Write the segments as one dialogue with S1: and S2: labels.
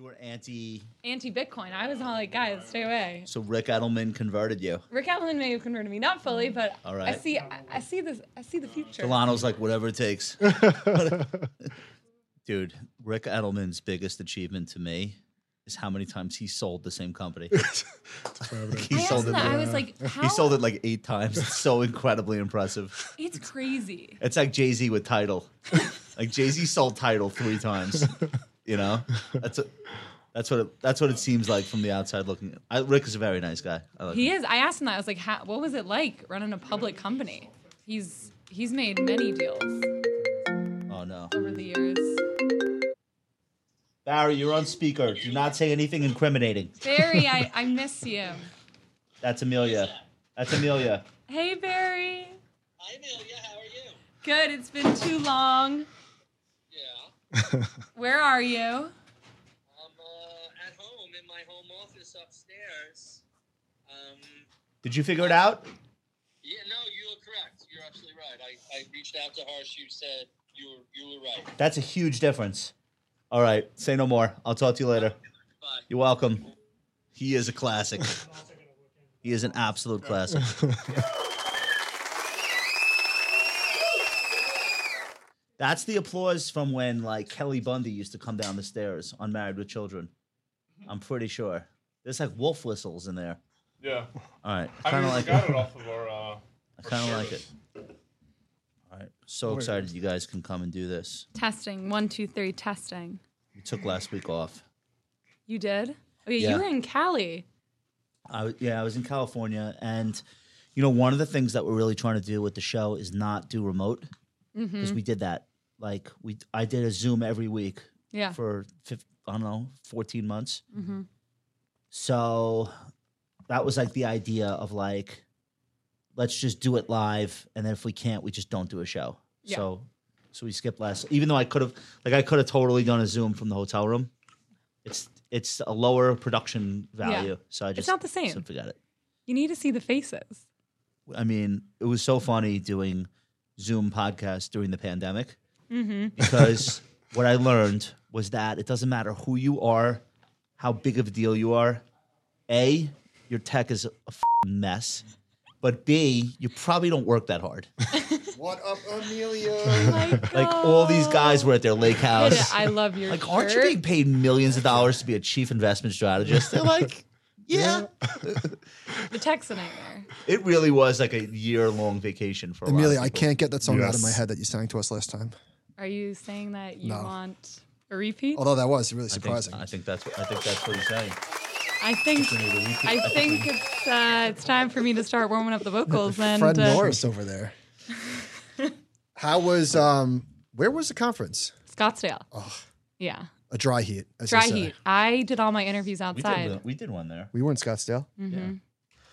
S1: were anti.
S2: anti Bitcoin. I was all like, guys, stay away.
S1: So Rick Edelman converted you.
S2: Rick Allen may have converted me, not fully, but
S1: All right.
S2: I see, I, I see this, I see the future.
S1: Delano's like, whatever it takes. Dude, Rick Edelman's biggest achievement to me is how many times he sold the same company.
S3: Providence.
S1: He
S2: I asked
S1: sold it
S2: him that. I
S1: like-
S2: was like, how?
S1: he sold it like eight times. It's so incredibly impressive.
S2: It's crazy.
S1: It's like Jay Z with title. like Jay Z sold title three times. You know, that's a, that's what it, that's what it seems like from the outside looking. I, Rick is a very nice guy. I like
S2: He is. I asked him that. I was like, how, what was it like running a public company? He's he's made many deals
S1: him. Oh no,
S2: over the years.
S1: Barry, you're on speaker. Do not say anything incriminating.
S2: Barry, I, I miss you.
S1: That's Amelia. That's Amelia.
S2: Hey, Barry.
S4: Hi, Amelia. How are you?
S2: Good. It's been too long.
S4: Yeah.
S2: Where are you?
S4: I'm uh, at home in my home office upstairs. Um,
S1: Did you figure it out?
S4: yeah, no, you are correct. You're absolutely right. I, I reached out to Harsh. You said you were, you were right.
S1: That's a huge difference. All right, say no more. I'll talk to you later.
S4: Bye.
S1: You're welcome. He is a classic. he is an absolute classic. That's the applause from when like Kelly Bundy used to come down the stairs on Married with Children. I'm pretty sure. There's like wolf whistles in there.
S5: Yeah.
S1: All right,
S5: I mean,
S1: kind of
S5: we
S1: like
S5: got
S1: it.
S5: it off of our. Uh,
S1: I kind of like it.
S5: service.
S1: All right, so excited you guys can come and do this.
S2: Testing. One, two, three, testing.
S1: We took last week off.
S2: You did? Oh, yeah,
S1: Yeah.
S2: you were in Cali.
S1: I was- yeah, I was in California, and you know, one of the things that we're really trying to do with the show is not do remote
S2: Mm-hmm,
S1: because we did that. Like we, I did a Zoom every week
S2: Yeah. mm-hmm.
S1: for fif- I don't know, fourteen months. So that was like the idea of like, let's just do it live, and then if we can't, we just don't do a show.
S2: Yeah.
S1: So, so we skipped last. Even though I could have, like, I could have totally done a Zoom from the hotel room. It's it's a lower production value, so I just
S2: not the same.
S1: So forget it.
S2: You need to see the faces.
S1: I mean, it was so funny doing Zoom podcasts during the pandemic
S2: Mm-hmm.
S1: because what I learned was that it doesn't matter who you are, how big of a deal you are. A, your tech is a fing mess, but B, you probably don't work that hard.
S6: What up,
S2: Oh
S6: Amelia?
S1: Like all these guys were at their lake house.
S2: I love your
S1: Like, aren't you being paid millions of dollars to be a chief investment strategist? They're like, yeah.
S2: The tech's a nightmare.
S1: It really was like a year long vacation for a lot of
S6: Amelia, I
S1: people.
S6: can't get that song out of
S3: Yes.
S6: my head that you sang to us last time.
S2: Are you saying that you
S6: No.
S2: want a repeat?
S6: Although that was really
S1: I think-
S6: surprising.
S1: I think that's what I think that's what he's saying.
S2: I think
S1: We need a repeat.
S2: I think it's uh, it's time for me to start warming up the vocals. And
S6: Fred
S2: uh,
S6: Norris over there. How was um? Where was the conference?
S2: Scottsdale. Yeah,
S6: A dry heat. as they
S2: dry
S6: say.
S2: heat. I did all my interviews
S1: we did,
S2: outside. Mm-hmm.
S1: one- we did one there.
S6: We were in Scottsdale.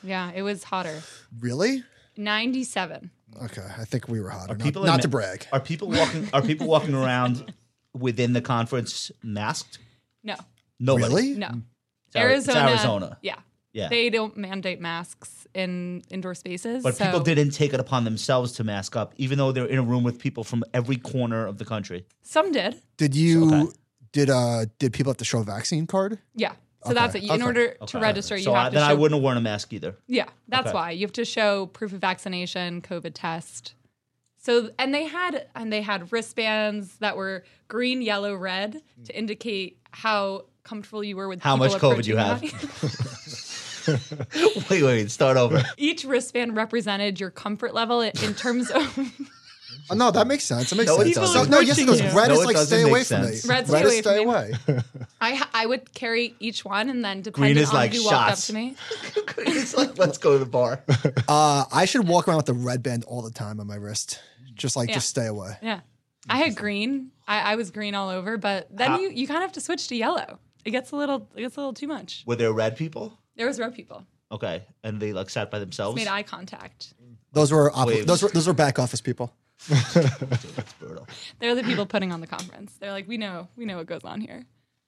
S2: Yeah, it was hotter.
S6: Really?
S2: Ninety-seven.
S6: Okay, I think we were hotter. Not,
S1: people
S6: not
S1: admit-
S6: to brag.
S1: Are people walking? Are people walking around within the conference masked?
S2: No,
S1: No,
S6: Really?
S2: no.
S1: Mm. It's Ari- it's Arizona.
S2: Yeah.
S1: Yeah.
S2: They don't mandate masks in indoor spaces.
S1: but
S2: so
S1: people didn't take it upon themselves to mask up, even though they're in a room with people from every corner of the country.
S2: Some did.
S6: Did you?
S1: Okay.
S6: Did uh? Did people have to show a vaccine card?
S2: Yeah. So
S6: Okay,
S2: that's it. You- In
S6: okay,
S2: order
S1: Okay.
S2: to register, you
S1: so
S2: have
S1: I,
S2: to
S1: then
S2: show.
S1: I wouldn't have worn a mask either.
S2: Yeah, that's
S1: Okay.
S2: why you have to show proof of vaccination, COVID test. So and they had and they had wristbands that were green, yellow, red to indicate how comfortable you were with
S1: How
S2: people
S1: much COVID you
S2: approaching
S1: have.
S2: you.
S1: wait, wait, start over.
S2: Each wristband represented your comfort level in in terms of
S6: Oh, no, that makes sense. It makes
S1: No, it
S6: sense.
S1: doesn't.
S6: no, yes, it does.
S2: Approaching you.
S6: Red
S1: No, it
S6: is like
S1: doesn't
S6: stay
S1: make
S6: away
S1: sense.
S6: from me.
S2: Red's
S6: Red
S2: away
S6: is
S2: from
S6: stay
S2: me.
S6: away.
S2: I I would carry each one and then
S1: Green
S2: depending
S1: is
S2: on
S1: like
S2: who walked up
S1: shots.
S2: to me.
S1: it's like let's go to the bar.
S6: Uh, I should walk around with the red band all the time on my wrist. Just like,
S2: Yeah.
S6: just stay away.
S2: Yeah. I had green. I, I was green all over, but then you, you kind of have to switch to yellow. It gets a little it gets a little too much.
S1: Were there red people?
S2: There was red people.
S1: Okay, and they like sat by themselves.
S2: Made eye contact.
S6: Those were op-
S1: Waves.
S6: those were those were back office people.
S1: That's brutal.
S2: They're the people putting on the conference. They're like, we know, we know what goes on here.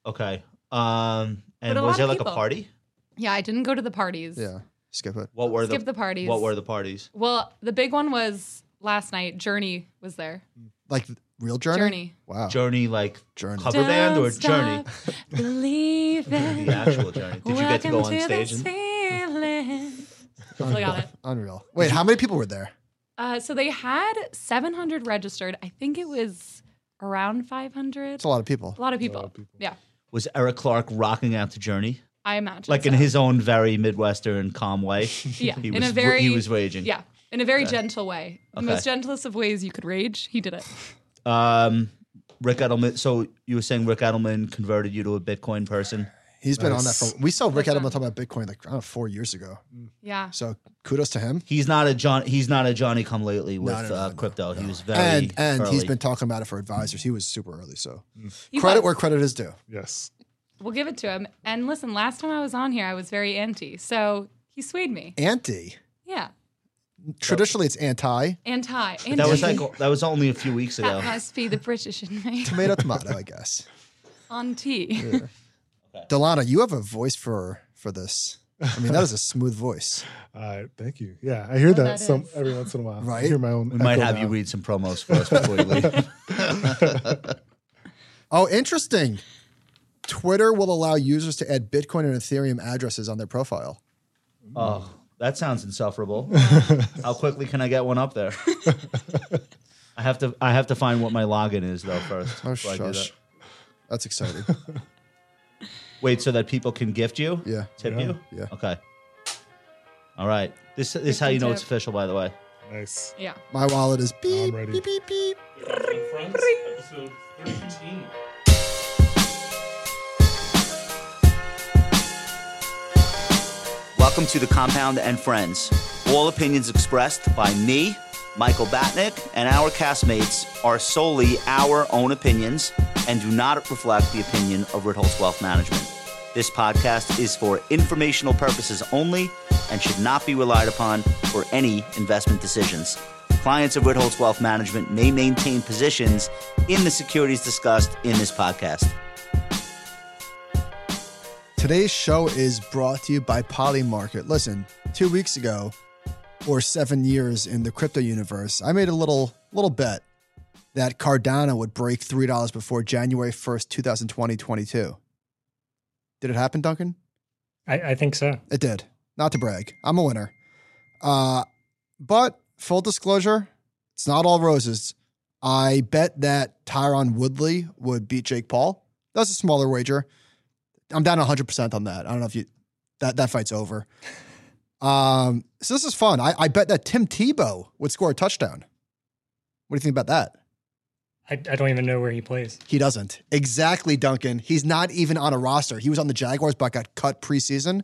S1: Okay, um,
S2: But
S1: and
S2: a
S1: was
S2: lot
S1: there
S2: of
S1: like a
S2: people.
S1: party?
S2: Yeah, I didn't go to the parties.
S6: Yeah, skip it.
S1: What were
S2: Skip the parties.
S1: What were the parties?
S2: Well, the big one was last night. Journey was there.
S6: Like real journey.
S2: Journey.
S6: Wow.
S1: Journey like
S6: Journey.
S1: cover band or
S2: Don't
S1: Journey?
S2: stop
S1: the
S2: living.
S1: actual journey. Did you get to go on
S2: Welcome
S1: stage?
S2: this
S1: And,
S2: feeling. Hopefully got it.
S6: Unreal. Wait, how many people were there?
S2: Uh, so they had 700 registered. I think it was around 500.
S6: It's a lot of people.
S2: A lot of people.
S3: of people.
S2: Yeah,
S1: was Eric Clark rocking out the journey
S2: I imagine.
S1: like in
S2: so.
S1: his own very midwestern calm way?
S2: yeah,
S1: He
S2: in
S1: was
S2: a very
S1: he was raging.
S2: yeah, in a very gentle way, the
S1: Okay.
S2: most gentlest of ways you could rage. He did it.
S1: Um, Rick Edelman. So you were saying Rick Edelman converted you to a Bitcoin person?
S6: He's been on that
S3: Nice.
S6: for. We saw Rick
S2: That's
S6: Edelman
S2: right.
S6: talking about Bitcoin like I don't know, four years ago.
S2: Yeah,
S6: So kudos to him.
S1: He's not a John. He's not a Johnny come lately with
S6: no, no,
S1: uh,
S6: no,
S1: crypto. He was very
S6: And and he's
S1: early.
S6: been talking about it for advisors. He was super early. So
S2: He
S6: credit
S2: was.
S6: where credit is due.
S3: Yes.
S2: We'll give it to him. And listen, last time I was on here, I was very anti, so he swayed me.
S6: Anti.
S2: Yeah,
S6: Traditionally, it's anti.
S2: anti. anti.
S1: That was like that was only a few weeks ago.
S2: that must be the British in me.
S6: Tomato, tomato. I guess.
S2: Auntie.
S6: Delana, you have a voice for for this. I mean, that is a smooth voice.
S3: All right. Thank you. Yeah, I hear that,
S2: that
S3: some
S2: is.
S3: every once in a while.
S6: Right?
S3: I hear my own.
S1: we might
S3: echo
S1: have you
S3: now.
S1: read some promos for us before you leave.
S6: Oh, interesting. Twitter will allow users to add Bitcoin and Ethereum addresses on their profile.
S1: oh, that sounds insufferable. How quickly can I get one up there? I have to. I have to find what my login is though first.
S6: Oh,
S1: before I do that.
S6: shush. That's exciting.
S1: Wait, so that people can gift you?
S6: Yeah.
S1: Tip
S3: Yeah.
S1: you?
S6: Yeah.
S1: Okay. All right. This, this is how you know it's
S2: tip.
S1: official, by the way.
S3: Nice.
S2: Yeah.
S6: My wallet is beep,
S3: ready.
S6: beep, beep, beep.
S5: Friends, episode 13.
S1: Welcome to the Compound and Friends. All opinions expressed by me, Michael Batnick, and our castmates are solely our own opinions and do not reflect the opinion of Ritholtz Wealth Management. This podcast is for informational purposes only and should not be relied upon for any investment decisions. Clients of Ritholtz Wealth Management may maintain positions in the securities discussed in this podcast.
S6: Today's show is brought to you by Polymarket. Listen, two weeks ago, or seven years in the crypto universe, I made a little little bet that Cardano would break three dollars before January first, 2020, 22. Did it happen, Duncan?
S5: I, I think so.
S6: It did. Not to brag. I'm a winner. Uh, but full disclosure, it's not all roses. I bet that Tyron Woodley would beat Jake Paul. That's a smaller wager. I'm down 100% on that. I don't know if you that that fight's over. Um, so this is fun. I, I bet that Tim Tebow would score a touchdown. What do you think about that?
S5: I, I don't even know where he plays.
S6: He doesn't. Exactly, Duncan. He's not even on a roster. He was on the Jaguars, but got cut preseason.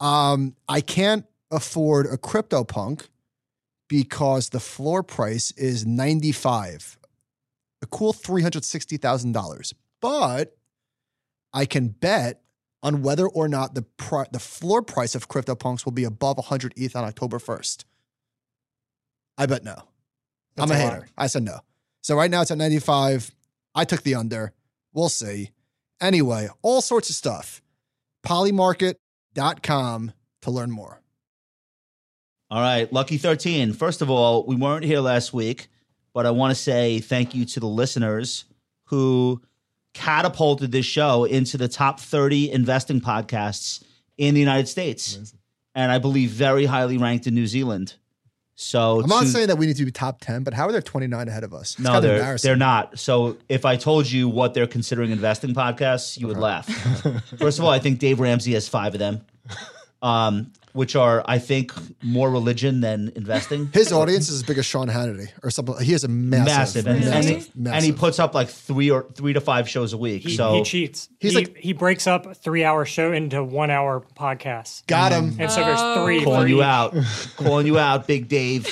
S6: Um, I can't afford a CryptoPunk because the floor price is 95 a cool $360,000. But I can bet on whether or not the pri- the floor price of CryptoPunks will be above 100 ETH on October 1st. I bet no.
S5: That's
S6: I'm a,
S5: a
S6: hater.
S5: lot.
S6: I said no. So right now it's at 95. I took the under. We'll see. Anyway, all sorts of stuff. Polymarket.com to learn more.
S1: All right, Lucky 13. First of all, we weren't here last week, but I want to say thank you to the listeners who catapulted this show into the top 30 investing podcasts in the United States.
S3: Amazing.
S1: And I believe very highly ranked in New Zealand. So
S6: I'm not
S1: to-
S6: saying that we need to be top 10, but how are there 29 ahead of us? It's
S1: no,
S6: kinda
S1: they're,
S6: embarrassing.
S1: they're not. So if I told you what they're considering investing podcasts, you would laugh. First of all, I think Dave Ramsey has five of them, um, which are, I think, more religion than investing.
S6: His audience is as big as Sean Hannity or something. He has a massive,
S1: massive, and, and-
S6: massive,
S1: and, he, puts up like three or three to five shows a week.
S5: He,
S1: so
S5: he cheats.
S6: He's
S5: he,
S6: like-
S5: he breaks up a three hour show into one hour podcasts.
S6: got him.
S5: And so there's three. for
S1: calling you
S5: each.
S1: out, calling you out, Big Dave.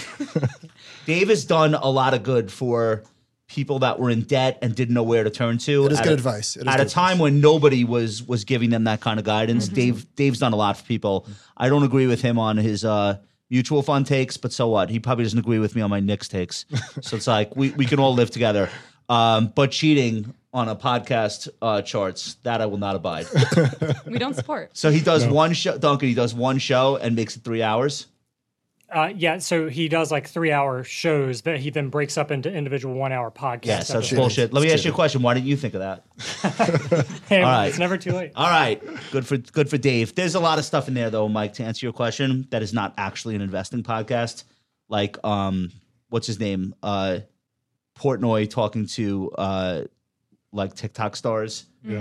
S1: Dave has done a lot of good for people that were in debt and didn't know where to turn to.
S6: It is
S1: at
S6: good
S1: a-
S6: advice. It is
S1: At
S6: good
S1: a time when nobody was was giving them that kind of guidance, Dave Dave's done a lot for people. I don't agree with him on his uh, mutual fund takes, but so what? He probably doesn't agree with me on my Knicks takes. so it's like we, we can all live together. Um, but cheating on a podcast uh, charts that I will not abide.
S2: We don't support.
S1: So he does one show, Duncan. He does one show and makes it three hours.
S5: Uh, yeah, so he does like three hour shows that he then breaks up into individual one hour podcasts.
S1: Yes, that's
S5: episodes.
S1: bullshit. Let me ask you a question. Why didn't you think of that?
S5: Hey,
S1: All right.
S5: It's never too late.
S1: All right, good for good for Dave. There's a lot of stuff in there though, Mike. To answer your question, that is not actually an investing podcast. Like, um, what's his name? Uh, Portnoy talking to uh, like TikTok stars.
S3: Yeah.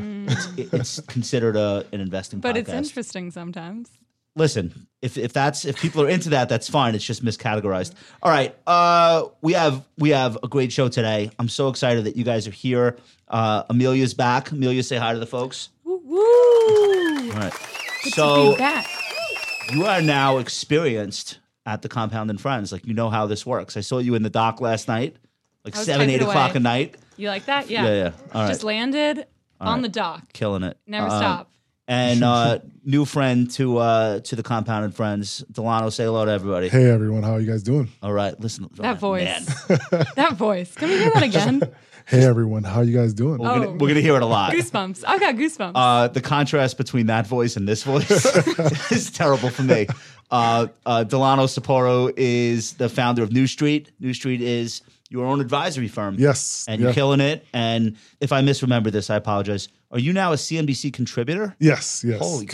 S1: It- it's considered a an investing
S2: Mm. But
S1: podcast.
S2: it's interesting sometimes.
S1: Listen, if if that's if people are into that, that's fine. It's just miscategorized. All right, uh, we have we have a great show today. I'm so excited that you guys are here. Uh, Amelia's back. Amelia, say hi to the folks.
S2: Woo! woo.
S1: All right.
S2: Good to
S1: so
S2: be back.
S1: you are now experienced at the compound and friends. Like you know how this works. I saw you in the dock last night, like
S2: I was
S1: seven, eight
S2: typing
S1: o'clock
S2: away.
S1: at night.
S2: You like that? Yeah.
S1: Yeah, yeah. All right,
S2: Just landed on
S1: right.
S2: the dock.
S1: killing it.
S2: Never
S1: Uh,
S2: stop.
S1: And uh, new friend to uh, to the compound and friends, Delano. Say hello to everybody.
S3: Hey everyone, how are you guys doing?
S1: All right, listen. all
S2: That
S1: right, oh, man.
S2: voice. that voice. Can we hear that again?
S3: Hey everyone, how are you guys doing?
S1: We're, gonna,
S2: Oh.
S1: we're gonna hear it a lot.
S2: Goosebumps. I've got goosebumps.
S1: Uh, the contrast between that voice and this voice is terrible for me. Uh, uh, Delano Sapporo is the founder of New Street. New Street is your own advisory firm.
S3: Yes.
S1: and you're
S3: yeah.
S1: killing it. And if I misremember this, I apologize. Are you now a CNBC contributor?
S3: Yes, yes.
S1: Holy cow!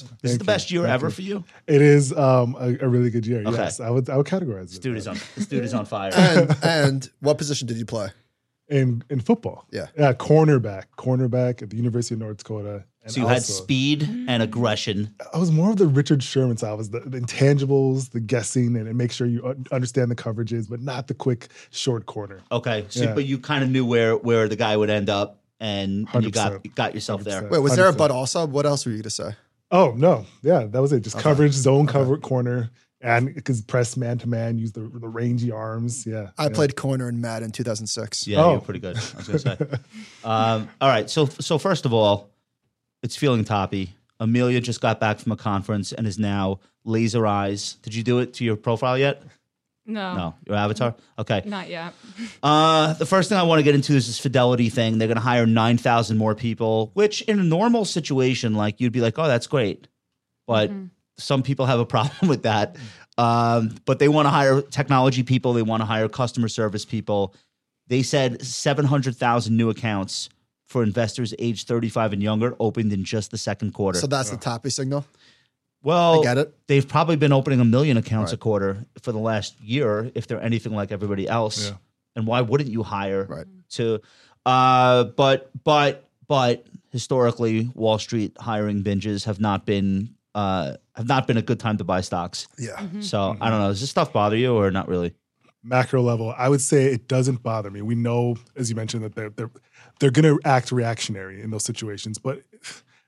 S1: This is
S3: Thank
S1: the best
S3: you,
S1: year
S3: thank
S1: ever
S3: you.
S1: for you.
S3: It is um a, a really good year.
S1: Okay.
S3: Yes. I would I would categorize it.
S1: Dude is on. This dude is on fire.
S6: and and what position did you play?
S3: in in football.
S6: Yeah.
S3: Yeah, cornerback. Cornerback at the University of North Dakota. And
S1: So you had
S3: also-
S1: speed and aggression.
S3: I was more of the Richard Sherman style. I was the, the intangibles, the guessing, and, and make sure you un- understand the coverages, but not the quick short corner.
S1: Okay, so
S3: Yeah.
S1: but you kind of knew where where the guy would end up, and, and you got
S3: 100%.
S1: got yourself there.
S6: Wait, was there a
S3: 100%.
S6: but also? What else were you gonna say?
S3: Oh no, yeah, that was it. Just
S6: Okay.
S3: coverage, zone cover, corner, and because press man to man, use the the rangy arms. Yeah,
S6: I
S3: yeah.
S6: played corner in Mad in 2006.
S1: Yeah,
S3: Oh.
S1: you're pretty good. I was gonna say. um, all right, so so first of all, it's feeling toppy. Amelia just got back from a conference and is now laser eyes. Did you do it to your profile yet?
S2: no,
S1: No, your avatar. Okay,
S2: not yet.
S1: Uh, the first thing I want to get into is this fidelity thing. They're going to hire 9,000 more people, which in a normal situation, like you'd be like, oh, that's great. But some people have a problem with that. Um, but they want to hire technology people, they want to hire customer service people. They said 700,000 new accounts for investors aged 35 and younger opened in just the second quarter.
S6: So that's the toppy signal.
S1: well,
S6: I get it.
S1: they've probably been opening a million accounts a
S6: Right.
S1: quarter for the last year if they're anything like everybody else
S3: Yeah.
S1: and why wouldn't you hire
S6: Right.
S1: to uh but but but historically wall street hiring binges have not been uh have not been a good time to buy stocks
S6: Yeah.
S2: Mm-hmm.
S1: so i don't know does this stuff bother you or not really
S3: macro level. I would say it doesn't bother me. We know, as you mentioned, that they're they're they're going to act reactionary in those situations, but.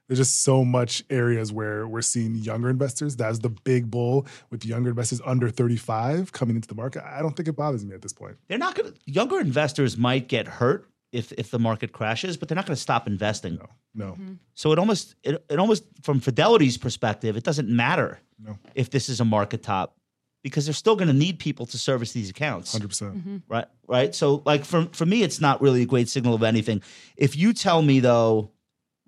S3: There's just so much areas where we're seeing younger investors. That's the big bull with younger investors under 35 coming into the market. I don't think it bothers me at this point.
S1: they're not gonna younger investors might get hurt if if the market crashes but they're not gonna stop investing
S3: No, no.
S1: So it almost it, it almost from Fidelity's perspective, it doesn't matter
S3: No.
S1: if this is a market top because they're still going to need people to service these accounts,
S3: 100%. percent
S2: Mm-hmm.
S1: right? Right. So like for for me, it's not really a great signal of anything. If you tell me though,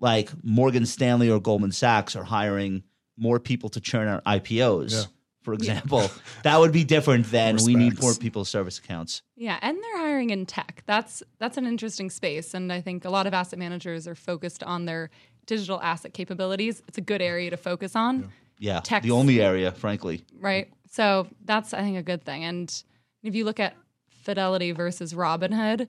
S1: like Morgan Stanley or Goldman Sachs are hiring more people to churn out IPOs,
S3: Yeah.
S1: for example, that would be different than we need
S3: Respects.
S1: more people to service accounts.
S2: Yeah, and they're hiring in tech. That's that's an interesting space, and I think a lot of asset managers are focused on their digital asset capabilities. It's a good area to focus on,
S1: Yeah,
S2: Tax-
S1: the only area, frankly.
S2: right? So that's I think a good thing. And if you look at Fidelity versus Robinhood,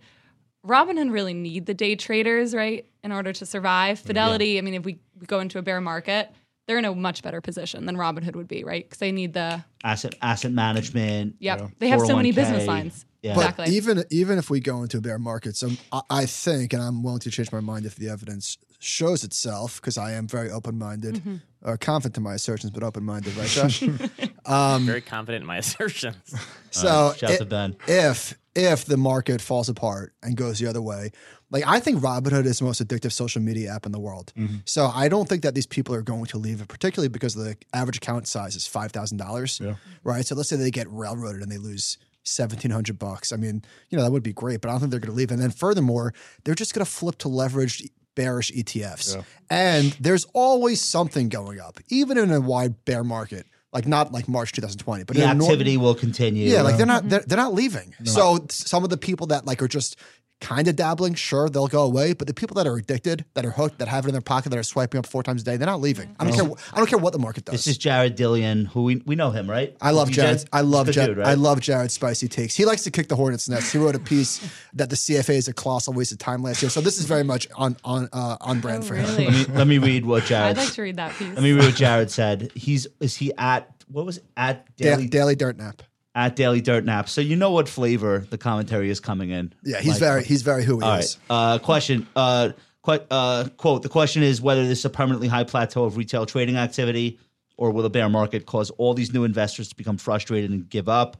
S2: Robinhood really need the day traders, right, in order to survive. Fidelity, I mean, if we we go into a bear market, they're in a much better position than Robinhood would be, right? Because they need the
S1: Asset asset management.
S2: yep, they have so many
S1: 401k.
S2: business lines.
S1: Yeah.
S6: But
S2: Exactly.
S6: even even if we go into a bear market, so I, I think, and I'm willing to change my mind if the evidence shows itself, because I am very open minded, or confident in my assertions, but open minded, right, Josh?
S7: very confident in my assertions.
S3: Oh,
S6: so
S1: Shout out to
S6: it-
S1: Ben.
S6: if if the market falls apart and goes the other way, like I think Robinhood is the most addictive social media app in the world.
S3: Mm-hmm.
S6: So I don't think that these people are going to leave it, particularly because the average account size is five thousand dollars.
S3: Yeah.
S6: Right. So let's say they get railroaded and they lose seventeen hundred bucks. I mean, you know, that would be great, but I don't think they're gonna leave. And then furthermore, they're just gonna flip to leveraged bearish E ETFs.
S3: Yeah.
S6: And there's always something going up, even in a wide bear market. like not like March 2020, but
S1: The
S6: in a nor-
S1: activity will continue. Um,
S6: yeah, like they're not they're, they're not leaving. So th- some of the people that like are just kind of dabbling, sure they'll go away, but the people that are addicted, that are hooked, that have it in their pocket, that are swiping up four times a day, they're not leaving. I don't care. wh- I don't care what the market does.
S1: This is Jared Dillion, who we, we know him, right?
S6: I love
S1: You
S6: Jared.
S1: did?
S6: I love
S1: Good
S6: Jared.
S1: dude, right?
S6: I love Jared's spicy takes. He likes to kick the hornet's nest. He wrote a piece that the CFA is a colossal waste of time last year. So this is very much on on uh, on brand
S2: Oh,
S6: for him.
S2: really?
S1: Let me, let me read what
S2: I'd
S1: Jared.
S2: like to read that piece.
S1: let me read what Jared said. He's is he at what was it? at
S6: Da-
S1: daily
S6: Daily Dirt Nap.
S1: at daily dirt nap. So you know what flavor the commentary is coming in.
S6: Yeah, he's
S1: Like,
S6: very he's very who he
S1: All
S6: is.
S1: right. Uh, question. Uh, qu- uh, quote. The question is whether this is a permanently high plateau of retail trading activity, or will the bear market cause all these new investors to become frustrated and give up?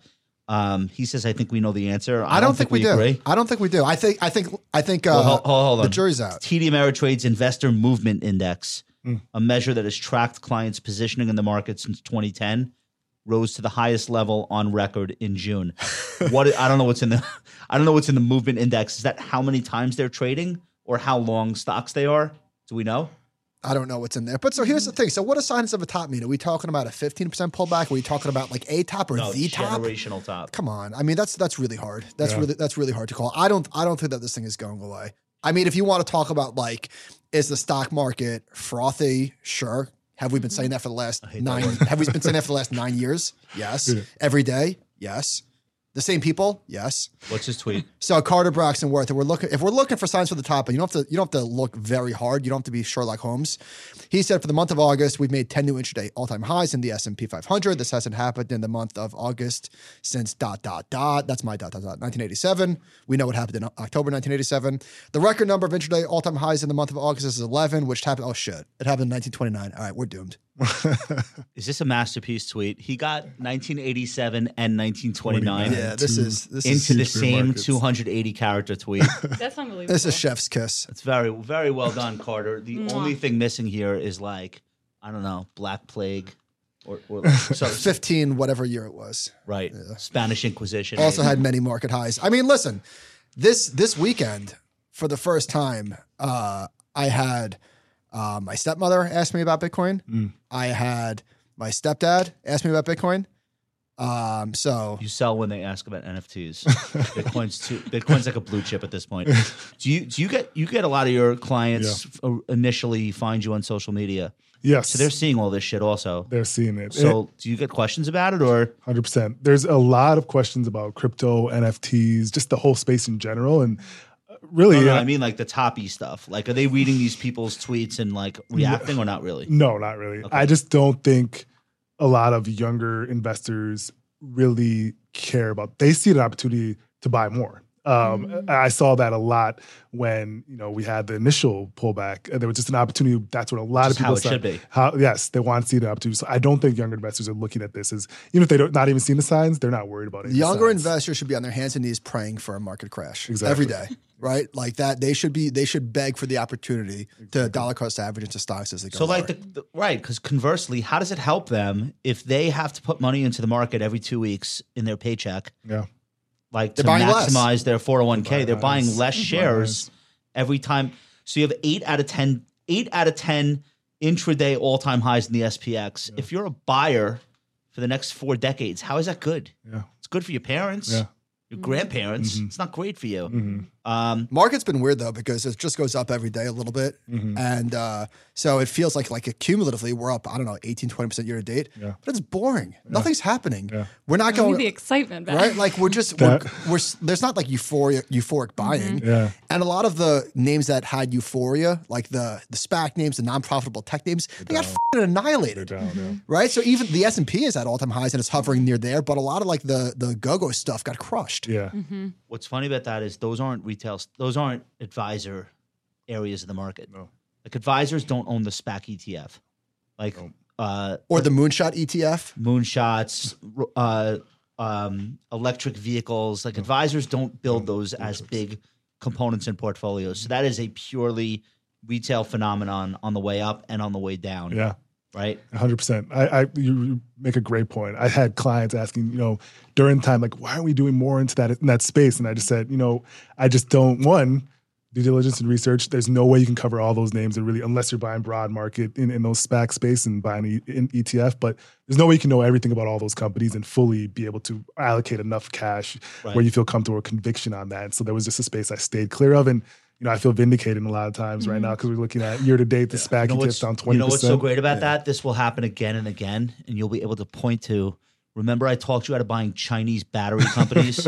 S1: Um, he says, "I think we know the answer."
S6: I don't think we do.
S1: Agree.
S6: I don't think we do. I think I think I think uh,
S1: Well, hold, hold- hold on.
S6: the jury's out.
S1: TD Ameritrade's Investor Movement Index,
S6: Hmm.
S1: a measure that has tracked clients' positioning in the market since 2010, rose to the highest level on record in June. what I don't know what's in the I don't know what's in the movement index. Is that how many times they're trading or how long stocks they are? Do we know?
S6: I don't know what's in there. But so here's the thing. So what are signs of a top mean? Are we talking about a 15% pullback? Are we talking about like a top or
S1: No,
S6: the
S1: it's
S6: top?
S1: generational top.
S6: Come on. I mean, that's that's really hard. That's
S3: Yeah.
S6: really that's really hard to call. I don't I don't think that this thing is going away. I mean, if you want to talk about like, is the stock market frothy? Sure. Have we been saying that for the last
S1: hate that
S6: nine? Have we been saying that for the last nine years? Yes.
S3: Yeah.
S6: Every day? Yes. The same people? Yes.
S1: What's his tweet?
S6: So Carter Braxton Worth, if we're looking if we're looking for signs for the top, and you don't have to you don't have to look very hard. You don't have to be Sherlock Holmes. He said for the month of August, we've made 10 new intraday all-time highs in the S&P 500. This hasn't happened in the month of August since dot dot dot. That's my dot dot dot 1987. We know what happened in October 1987. The record number of intraday all-time highs in the month of August is 11, which happened oh shit. It happened in 1929. All right, we're doomed.
S1: Is this a masterpiece tweet? He got 1987 and 1929
S6: Yeah, this is this is
S1: into the
S3: huge for
S1: same
S3: markets.
S1: 280 character tweet.
S2: That's unbelievable.
S6: this is chef's kiss.
S1: It's very very well done, Carter. The
S2: Mwah.
S1: only thing missing here is like I don't know, Black Plague, or, or so,
S6: 15 whatever year it was.
S1: right Spanish Inquisition.
S6: also had many market highs. I mean, listen, this this weekend for the first time, uh, I had uh, my stepmother ask me about Bitcoin.
S1: Mm.
S6: I had my stepdad ask me about Bitcoin. Um, so
S1: you sell when they ask about NFTs. Bitcoin's too, Bitcoin's like a blue chip at this point. Do you do you get you get a lot of your clients f- uh, initially find you on social media,
S3: Yes,
S1: so they're seeing all this shit also.
S3: they're seeing it.
S1: So do you get questions about it or
S3: Hundred percent. There's a lot of questions about crypto, NFTs, just the whole space in general, and uh, really,
S1: no, no,
S3: uh,
S1: I mean like the toppy stuff? Like are they reading these people's tweets and like reacting or not really?
S3: No, not really. I just don't think a lot of younger investors really care about. They see an opportunity to buy more. Um,
S6: Mm.
S3: I saw that a lot when you know we had the initial pullback. Uh, There was just an opportunity. That's what a lot
S1: Just how
S3: of people
S1: it
S3: said.
S1: should be.
S3: How yes, they want to see the opportunity. So I don't think younger investors are looking at this as even if they don't not even seeing the signs, they're not worried about it.
S6: younger investors should be on their hands and knees praying for a market crash
S3: Exactly.
S6: every day. Right, like that. They should be. They should beg for the opportunity to dollar cost average into stocks as they go.
S1: So, like,
S6: lower.
S1: the, the, right? Because conversely, how does it help them if they have to put money into the market every two weeks in their paycheck?
S3: Yeah.
S1: like
S6: They're
S1: to
S6: buying less.
S1: maximize their four hundred one k. They're buying
S3: less.
S1: less
S3: Mhm.
S1: shares every time. So you have eight out of ten, eight out of ten intraday all time highs in the SPX. If you're a buyer for the next four decades, how is that good?
S3: Yeah.
S1: It's good for your parents,
S3: Yeah. Mm-hmm.
S1: your grandparents. It's not great for you. Um,
S6: Market's been weird though because it just goes up every day a little bit,
S3: Mm-hmm.
S6: and uh, so it feels like like cumulatively we're up I don't know 18 20 percent year to date, but it's boring. Nothing's happening. We're not
S2: I need
S6: going
S2: the excitement back.
S6: right. Like we're just we're, we're s- there's not like euphoria euphoric buying,
S3: Yeah.
S6: and a lot of the names that had euphoria like the the SPAC names, the non profitable tech names, they got fing annihilated
S3: down. yeah.
S6: right? So even the S and P is at all time highs and it's hovering near there, but a lot of like the the go go stuff got crushed.
S3: Yeah.
S2: Mm-hmm.
S1: what's funny about that is those aren't retail, those aren't advisor areas of the market.
S3: No.
S1: Like advisors don't own the SPAC ETF. Like uh,
S6: Or the moonshot E ETF.
S1: moonshots, r- uh, um, electric vehicles. Like advisors don't build those as big components in portfolios. So that is a purely retail phenomenon on the way up and on the way down.
S3: Yeah.
S1: Right.
S3: hundred percent. I, I you, you make a great point. I had clients asking, you know, during the time, like, why aren't we doing more into that in that space? And I just said, you know, I just don't one due diligence and research. There's no way you can cover all those names, and really, unless you're buying broad market in, in those SPAC space and buying e, in ETF. But there's no way you can know everything about all those companies and fully be able to allocate enough cash
S1: Right.
S3: where you feel comfortable or conviction on that. And so there was just a space I stayed clear of, and you know I feel vindicated in a lot of times right now because we're looking at year to date the SPAC
S1: Mm-hmm. You know,
S3: ETFs
S1: what's,
S3: down
S1: you
S3: twenty
S1: know what's so
S3: percent.
S1: great about that? This will happen again and again, and you'll be able to point to. Remember, I talked you out of buying Chinese battery companies.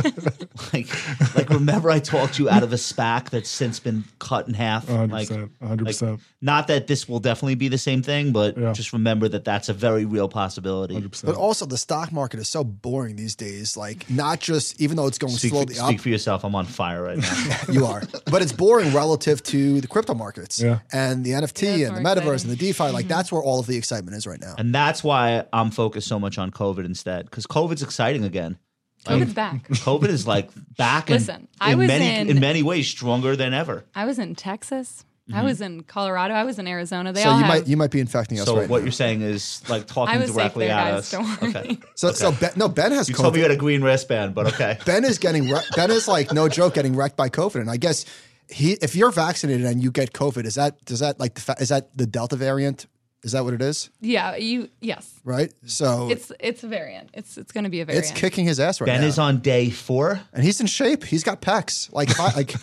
S1: like, like remember, I talked you out of a SPAC that's since been cut in half.
S3: One hundred
S1: Like,
S3: percent, one hundred percent,
S1: not that this will definitely be the same thing, but
S3: Yeah.
S1: just remember that that's a very real possibility.
S3: one hundred
S6: But
S3: percent.
S6: also, the stock market is so boring these days. Like, not just even though it's going
S1: Speak,
S6: slowly
S1: for,
S6: up,
S1: speak for yourself. I'm on fire right now.
S6: you are, but it's boring relative to the crypto markets
S3: Yeah.
S6: and the
S2: Yeah,
S6: NFT
S2: it's
S6: and the
S2: more
S6: metaverse
S2: exciting.
S6: and the DeFi. Like,
S2: Mm-hmm.
S6: that's where all of the excitement is right now.
S1: and that's why I'm focused so much on COVID instead, because COVID's exciting again. Like, um,
S2: COVID's back.
S1: COVID is like back. and
S2: Listen, I was
S1: many,
S2: in-
S1: many ways stronger than ever.
S2: I was in Texas.
S1: Mm-hmm.
S2: I was in Colorado. I was in Arizona. They
S6: so
S2: all
S6: you
S2: have,
S6: might you might be infecting us
S1: So
S6: right
S1: what
S6: now.
S1: you're saying is like talking
S2: was safe
S1: directly
S2: there,
S1: at
S2: guys,
S1: us.
S2: don't worry.
S1: Okay.
S6: so so ben, no Ben has
S1: You
S6: COVID.
S1: told me you had a green wristband, but okay.
S6: ben is getting wre- Ben is like no joke getting wrecked by COVID, and I guess he if you're vaccinated and you get COVID, is that does that like the fa- is that the Delta variant? Is that what it is?
S2: yeah, you yes.
S6: Right. So it's
S2: It's it's a variant. It's it's going to be a variant.
S6: it's kicking his ass right
S1: Ben
S6: now,
S1: is on day four.
S6: and he's in shape. He's got pecs. Like if I, like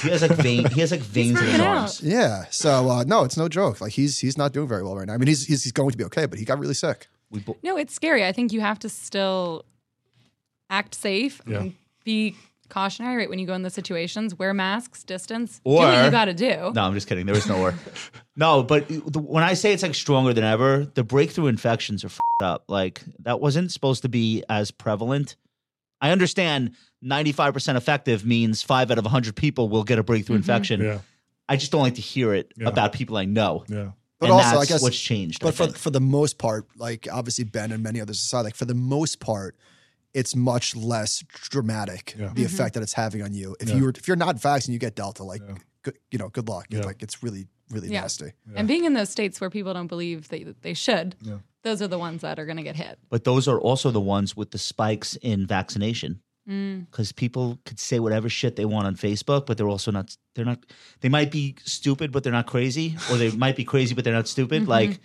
S1: He has like vein. He has like veins in his
S2: working out.
S1: arms.
S6: yeah. So uh, no, it's no joke. Like he's he's not doing very well right now. I mean, he's he's, he's going to be okay, but he got really sick.
S1: We bo-
S2: No, it's scary. I think you have to still act safe
S3: Yeah.
S2: and be cautionary right when you go in the situations, wear masks, distance, do
S1: Or-
S2: what you got to do.
S1: No, I'm just kidding. There was no war. no, but it- the- when I say it's like stronger than ever, the breakthrough infections are fed up. Like that wasn't supposed to be as prevalent. I understand 95% effective means five out of 100 people will get a breakthrough
S2: Mm-hmm.
S1: infection.
S3: Yeah,
S1: I just don't like to hear it
S3: Yeah.
S1: about people I know.
S3: yeah.
S6: But
S1: and
S6: also, I
S1: that's
S6: guess-
S1: what's changed. I
S6: But for
S1: think.
S6: for the most part, like obviously Ben and many others aside, like for the most part, it's much less dramatic
S3: Yeah.
S6: the effect that it's having on you. If
S3: Yeah.
S6: you were if you're not vaccinated, you get Delta. Like,
S3: Yeah.
S6: good, you know, good luck.
S3: Yeah.
S6: Like it's really really
S2: Yeah.
S6: nasty.
S2: And being in those states where people don't believe they, they should,
S3: Yeah.
S2: those are the ones that are going to get hit.
S1: but those are also the ones with the spikes in vaccination.
S2: Mm.
S1: because people could say whatever shit they want on Facebook, but they're also not. They're not. They might be stupid, but they're not crazy, or they might be crazy, but they're not stupid.
S6: Mm-hmm.
S1: Like,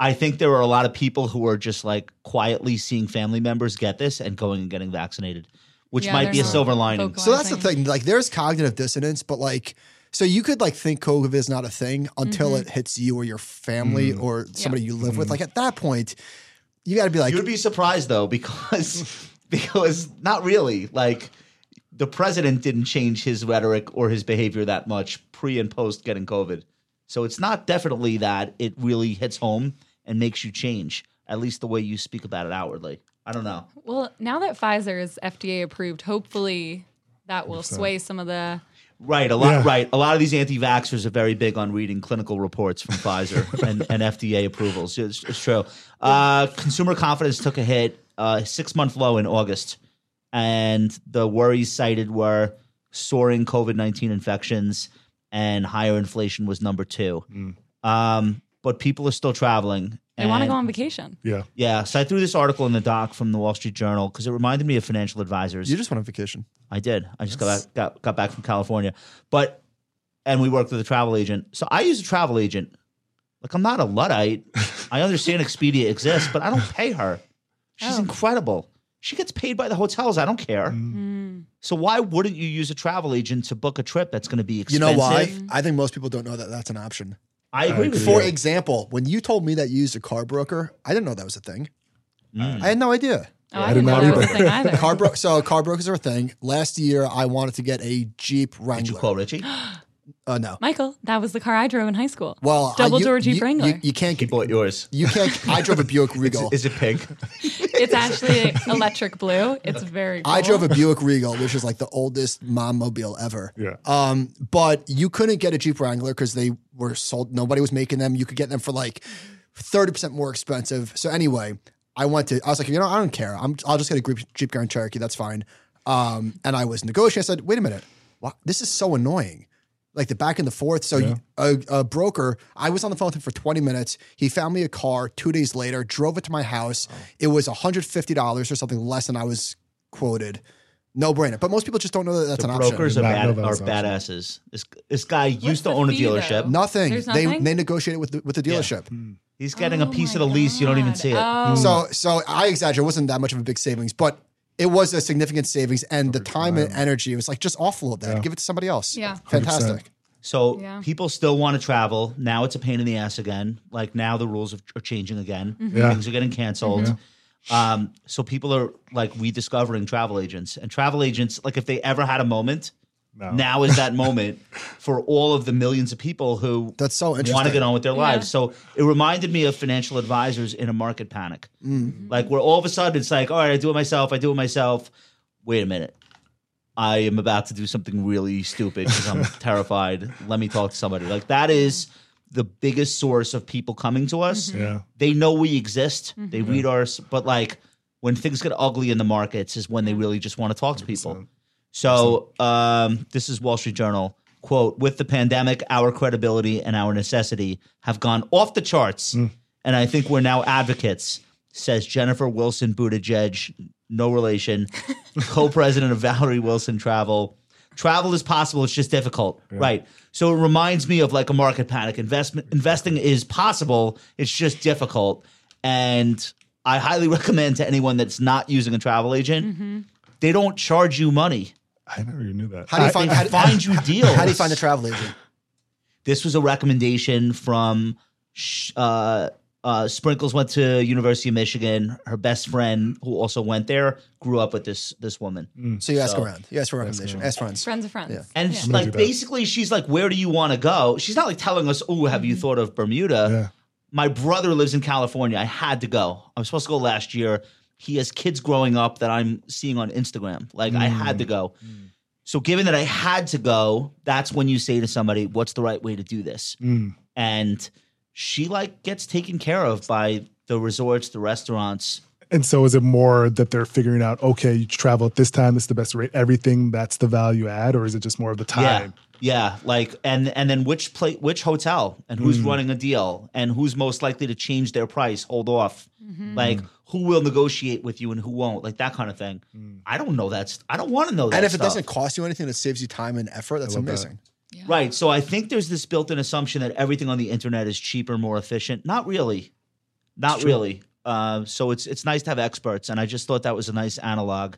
S1: I think there are a lot of people who are just like quietly seeing family members get this and going and getting vaccinated, which
S2: Yeah,
S1: might
S2: they're
S1: be a
S2: not
S1: silver lining.
S2: vocal.
S6: So that's the
S2: Blessing.
S6: thing. Like, there's cognitive dissonance, but like, so you could like think COVID is not a thing until it hits you or your family
S3: Mm.
S6: or somebody you live with. Like at that point, you got to be like,
S1: You'd be surprised though, because because not really. Like, the president didn't change his rhetoric or his behavior that much pre and post getting COVID. So it's not definitely that it really hits home and makes you change, at least the way you speak about it outwardly. I don't know.
S2: Well, now that Pfizer is FDA approved, hopefully that will sway some of the.
S1: Right, a lot.
S3: Yeah.
S1: Right, a lot of these anti-vaxxers are very big on reading clinical reports from Pfizer and, and FDA approvals. It's, it's true. Uh, consumer confidence took a hit, uh, six-month low in August, and the worries cited were soaring COVID nineteen infections and higher inflation was number two. Um, but people are still traveling.
S2: They want to
S1: and-
S2: go on vacation.
S3: Yeah,
S1: Yeah, so I threw this article in the doc from the Wall Street Journal because it reminded me of financial advisors.
S6: you just went on vacation.
S1: I did. I just got, back, got got back from California, but and we worked with a travel agent. So I use a travel agent. Like I'm not a luddite. I understand Expedia exists, but I don't pay her. She's
S2: Oh.
S1: incredible. She gets paid by the hotels. I don't care.
S2: Mm. Oh,
S1: So why wouldn't you use a travel agent to book a trip that's going to be
S6: You
S1: expensive?
S6: know why? I think most people don't know that that's an option.
S1: I agree with
S6: For
S1: you.
S6: example, when you told me that you used a car broker, I didn't know that was a thing.
S1: Mm.
S6: I had no idea.
S2: Oh,
S3: I
S2: I,
S3: did
S2: didn't know
S3: not
S2: that was a
S3: either.
S2: thing either.
S6: Car bro- so car brokers are a thing. Last year, I wanted to get a Jeep
S1: Did you
S6: Wrangler.
S1: call Richie?
S6: Uh, no.
S2: Michael, that was the car I drove in high school.
S6: Well, I-
S2: double
S6: you-
S2: door Jeep
S6: you-
S2: Wrangler.
S6: You, you can't.
S1: He
S6: get-
S1: bought yours.
S6: You can't. I drove a Buick Regal.
S1: Is it pink?
S2: it's actually electric blue. It's very. Cool.
S6: I drove a Buick Regal, which is like the oldest mom mobile ever.
S3: yeah.
S6: Um, but you couldn't get a Jeep Wrangler because they were sold. Nobody was making them. You could get them for like thirty percent more expensive. So anyway, I went to. I was like, you know, I don't care. I'm. I'll just get a Jeep, Jeep Grand Cherokee. That's fine. Um, and I was negotiating. I said, wait a minute. Wha This is so annoying. Like the back and the forth. So you- a, a broker, I was on the phone with him for 20 minutes. He found me a car two days later,
S1: Oh.
S6: drove it to my house. It was $150 or something less than I was quoted No brainer. But most people just don't know that that's
S1: the
S6: an
S1: brokers
S6: option.
S1: are,
S3: Not
S1: bad,
S3: know
S1: are
S3: that's an option.
S1: badasses. This this guy used to
S2: the
S1: own a
S2: fee,
S1: dealership.
S2: though?
S6: Nothing.
S2: There's
S6: They
S2: nothing?
S6: they negotiate it with the, with the
S1: Yeah.
S6: dealership.
S1: He's getting a
S2: Oh
S1: piece
S2: my
S1: of the lease. You don't even
S2: God.
S1: see it.
S2: Oh.
S6: So so I exaggerate. It wasn't that much of a big savings, but it was a significant savings. And the time and energy it was like just offload that,
S3: Yeah.
S6: give it to somebody else.
S2: Yeah.
S6: fantastic.
S1: So
S2: Yeah.
S1: people still want to travel. Now it's a pain in the ass again. Like now the rules are are changing again.
S3: Yeah.
S1: Things are getting canceled. Um, so people are like rediscovering travel agents and travel agents. Like if they ever had a moment,
S3: No.
S1: now is that moment for all of the millions of people who
S6: That's so
S1: want to
S6: interesting.
S1: get on with their
S2: Yeah.
S1: lives. So it reminded me of financial advisors in a market panic. Like where all of a sudden it's like, all right, I do it myself. I do it myself. Wait a minute. I am about to do something really stupid because I'm terrified. Let me talk to somebody. Like that is the biggest source of people coming to us.
S3: Yeah.
S1: They know we exist. They read ours, but like when things get ugly in the markets is when they really just want to talk to people. So um, this is Wall Street Journal quote: "With the pandemic, our credibility and our necessity have gone off the charts, and I think we're now advocates." Says Jennifer Wilson Buttigieg, no relation, co-president of Valerie Wilson Travel. Travel is possible; it's just difficult, right? So it reminds me of like a market panic. Investment investing is possible; it's just difficult, and I highly recommend to anyone that's not using a travel agent they don't charge you money.
S3: I never even knew that.
S6: How do you
S3: I-
S6: find
S1: They
S6: how, do-
S1: find you deals.
S6: how do you find a travel agent?
S1: This was a recommendation from sh- uh, uh, Sprinkles went to University of Michigan. Her best friend, who also went there, grew up with this this woman.
S3: mm,
S6: So you ask
S1: So-
S6: around. You ask for a recommendation. Ask friends.
S2: friends of friends.
S6: Yeah.
S1: And
S2: Yeah.
S1: she-
S3: I'm
S1: like
S3: gonna do that.
S1: basically, she's like, "Where do you want to go?" She's not like telling us, "Oh, have you thought of Bermuda?"
S3: Mm-hmm. Yeah.
S1: My brother lives in California. I had to go. I was supposed to go last year. He has kids growing up that I'm seeing on Instagram. Like I had to
S3: Mm.
S1: go. So given that I had to go, that's when you say to somebody, "What's the right way to do this?"
S3: Mm.
S1: And she like gets taken care of by the resorts, the restaurants.
S3: And so is it more that they're figuring out, okay, you travel at this time, this is the best rate, everything, that's the value add, or is it just more of the time?
S1: Yeah, yeah. Like and and then which plate, which hotel, and who's
S6: Mm.
S1: running a deal, and who's most likely to change their price, hold off, like who will negotiate with you and who won't, like that kind of thing. I don't know that's. I don't want to know that.
S6: Mm. And if it
S1: stuff.
S6: doesn't cost you anything, that saves you time and effort. That's amazing.
S1: right? So I think there's this built-in assumption that everything on the internet is cheaper, more efficient. Not really, not really. Uh, so it's it's nice to have experts, and I just thought that was a nice analog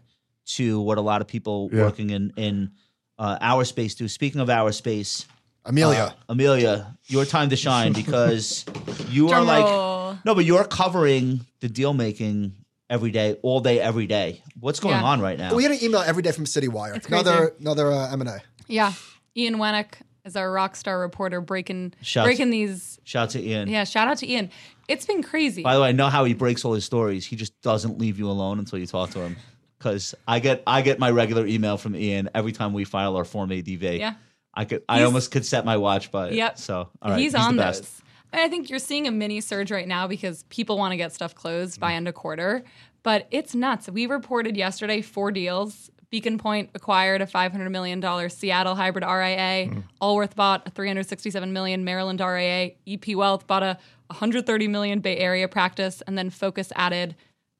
S1: to what a lot of people
S3: Yeah.
S1: working in in uh, our space do. Speaking of our space.
S6: Amelia,
S1: Uh, Amelia, your time to shine because you are
S2: Drum
S1: like
S2: roll.
S1: no, but you're covering the deal making every day, all day, every day. What's going
S2: Yeah.
S1: on right now?
S6: we get an email every day from Citywire.
S2: It's crazy.
S6: another another uh, M and A.
S2: Yeah. Ian Wenick is our rock star reporter breaking
S1: Shouts.
S2: breaking these.
S1: Shout out to Ian.
S2: Yeah, shout out to Ian. It's been crazy.
S1: By the way, I know how he breaks all his stories. He just doesn't leave you alone until you talk to him. Because I get I get my regular email from Ian every time we file our form ADV.
S2: Yeah.
S1: I could I
S2: He's-
S1: almost could set my watch by it.
S2: Yep.
S1: So all right,
S2: he's, on
S1: the best.
S2: those. I, mean, I think you're seeing a mini surge right now because people want to get stuff closed by end of quarter, but it's nuts. We reported yesterday four deals. Beacon Point acquired a $500 million Seattle hybrid RIA.
S1: Mm-hmm.
S2: Allworth bought a $367 million Maryland RIA. EP E Wealth bought a $130 million Bay Area practice. And then Focus added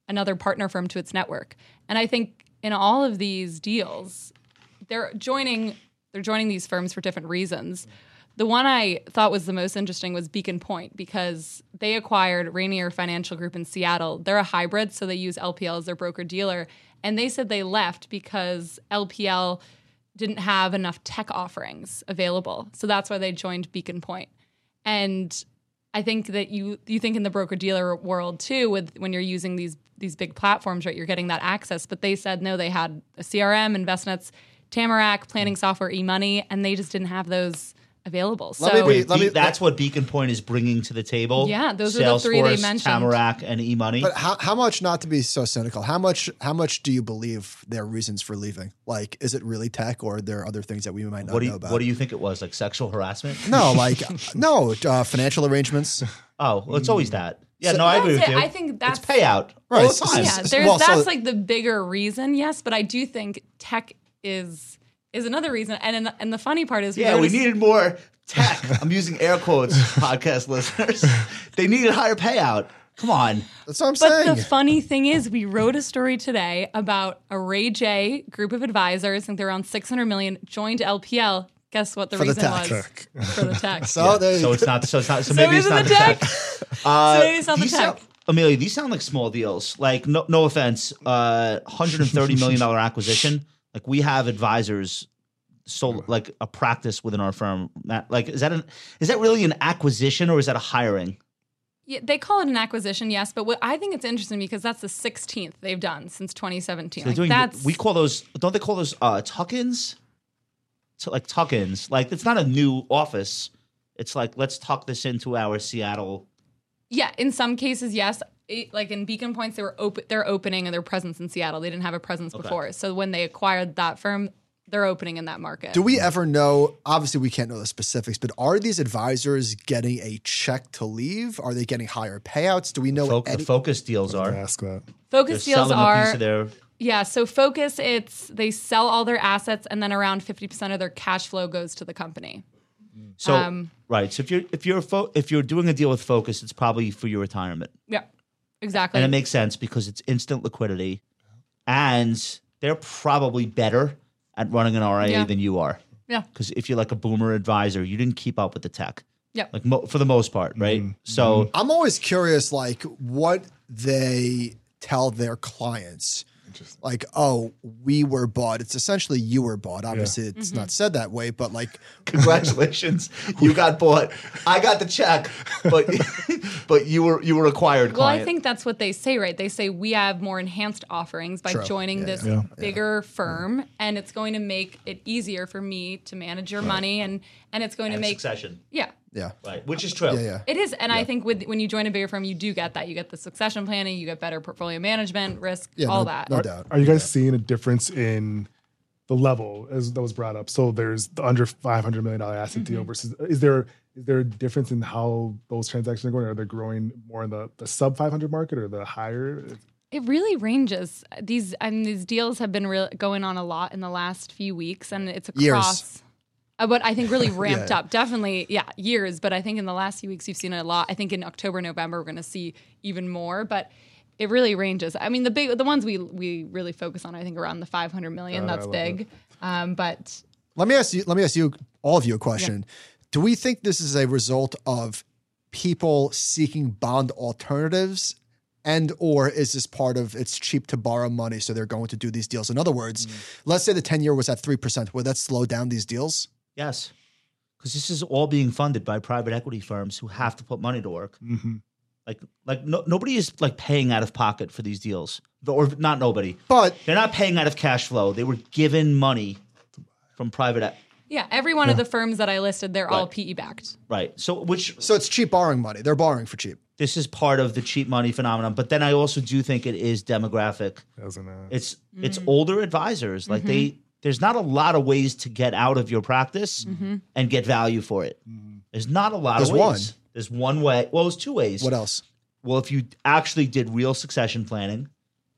S2: another partner firm to its network. And I think in all of these deals, they're joining they're joining these firms for different reasons. The one I thought was the most interesting was Beacon Point because they acquired Rainier Financial Group in Seattle. They're a hybrid, so they use LPL as their broker dealer. And they said they left because LPL didn't have enough tech offerings available. So that's why they joined Beacon Point. And I think that you you think in the broker dealer world too, with when you're using these these big platforms, right? You're getting that access. But they said no, they had a CRM, InvestNets, Tamarack, planning software, eMoney, and they just didn't have those available. so
S6: Let me be-
S1: Wait,
S6: let
S1: Be- that's what Beacon Point is bringing to the table.
S2: Yeah, those are the three they
S1: Salesforce,
S2: mentioned.
S1: Tamarac and eMoney.
S6: But how, how much not to be so cynical? How much how much do you believe their reasons for leaving? Like, is it really tech, or are there other things that we might not
S1: What do you
S6: know about?
S1: What do you think it was? Like sexual harassment?
S6: no, like no uh, financial arrangements.
S1: Oh, well, it's always that. Yeah,
S6: So-
S1: no, I agree
S2: That's
S1: with
S2: it.
S1: you.
S2: I think that's-
S1: it's payout
S6: Right,
S1: all the
S6: so-
S1: time.
S2: yeah,
S6: s-
S2: there's,
S6: well, so-
S2: that's like the bigger reason, yes. But I do think tech is is another reason. And and the funny part is,
S1: Yeah, we
S2: noticed-
S1: needed more tech. I'm using air quotes, podcast listeners. They needed higher payout. Come on.
S6: That's what I'm
S2: But
S6: saying.
S2: the funny thing is, we wrote a story today about a Ray J group of advisors, I think they're around 600 million, joined LPL. Guess what the
S6: For the
S2: reason
S6: tax.
S2: was? For the tax.
S6: so there you
S1: So
S6: go.
S1: it's not. So it's not. So,
S2: So
S1: maybe
S2: it
S1: it's
S2: was
S1: not
S2: the
S1: the tech.
S2: tech.
S1: Uh,
S2: So maybe it's not the
S1: these
S2: tech.
S1: sound- Amelia, these sound like small deals. Like no, no offense, uh, hundred and thirty million dollar acquisition. Like we have advisors, so like a practice within our firm. Matt, Like is that an is that really an acquisition or is that a hiring?
S2: Yeah, they call it an acquisition, yes, but what I think it's interesting because that's the 16th they've done since 2017.
S1: They're
S2: Like,
S1: doing-
S2: that's
S1: we call those don't they call those uh tuck-ins? So like tuck-ins. Like it's not a new office. It's like let's tuck this into our Seattle.
S2: yeah. In some cases, yes. It- like in Beacon Points, they were open. They're opening and their presence in Seattle. They didn't have a presence before, so when they acquired that firm, they're opening in that market.
S6: Do we ever know? Obviously, we can't know the specifics, but are these advisors getting a check to leave? Are they getting higher payouts? Do we know
S1: Fo- the
S6: any-
S1: focus deals
S3: I
S1: are.
S3: ask that.
S1: They're
S2: Focus deals
S1: selling a piece
S2: are
S1: of their
S2: yeah. So focus, it's they sell all their assets and then around 50% of their cash flow goes to the company.
S1: So
S2: Um,
S1: right. So if you're if you're fo- if you're doing a deal with Focus, it's probably for your retirement,
S2: Yeah, exactly.
S1: and it makes sense because it's instant liquidity, and they're probably better at running an RIA
S2: Yeah.
S1: than you are.
S2: Yeah.
S1: Because if you're like a boomer advisor, you didn't keep up with the tech.
S2: Yep.
S1: Like mo- for the most part, right?
S6: Mm-hmm.
S1: So
S6: I'm always curious, like what they tell their clients. Like, oh, we were bought. It's essentially you were bought. Obviously, it's not said that way, but like,
S1: congratulations, you got bought. I got the check, but but you were you were acquired
S2: Well,
S1: client.
S2: I think that's what they say, right? They say we have more enhanced offerings by
S6: True.
S2: joining this
S3: yeah.
S2: bigger firm, and it's going to make it easier for me to manage your money, and and it's going
S1: And
S2: to make
S1: succession,
S2: yeah,
S6: yeah,
S1: right? Which is true.
S6: yeah, yeah.
S2: it is. And I think with when you join a bigger firm, you do get that. You get the succession planning, you get better portfolio management, risk,
S6: Yeah,
S2: all
S6: no-
S2: that.
S6: no doubt.
S3: Are you guys seeing a difference in the level as that was brought up? So there's the under five hundred million dollar asset
S1: Mm-hmm.
S3: deal versus is there is there a difference in how those transactions are going? Are they growing more in the, the sub five hundred market or the higher?
S2: It really ranges. These I mean, these deals have been real going on a lot in the last few weeks, and it's
S6: Years.
S2: across. uh, But I think really ramped up. Definitely, yeah, years. But I think in the last few weeks you've seen it a lot. I think in October, November, we're going to see even more. But it really ranges. I mean, the big, the ones we we really focus on, I think, around the five hundred million.
S3: God, I
S2: that's
S3: love
S2: big. Um, but
S6: Let me ask you. Let me ask you all of you a question. Do we think this is a result of people seeking bond alternatives, and or is this part of it's cheap to borrow money, so they're going to do these deals? In other words, let's say the ten year was at three percent. Would that slow down these deals?
S1: Yes, because this is all being funded by private equity firms who have to put money to work.
S3: Mhm.
S1: Like like no, nobody is like paying out of pocket for these deals, The- or not nobody.
S6: But
S1: They're not paying out of cash flow. They were given money from private. e-
S2: yeah, every one of the firms that I listed, they're all
S1: Right.
S2: PE backed.
S1: Right. So which
S6: so it's cheap borrowing money. They're borrowing for cheap.
S1: this is part of the cheap money phenomenon. But then I also do think it is demographic.
S3: Doesn't it?
S1: It's it's older advisors. Like they there's not a lot of ways to get out of your practice and get value for it. There's not a lot
S6: Mm-hmm. There's
S1: of
S6: one.
S1: ways. There's one way. Well, there's two ways.
S6: What else?
S1: Well, if you actually did real succession planning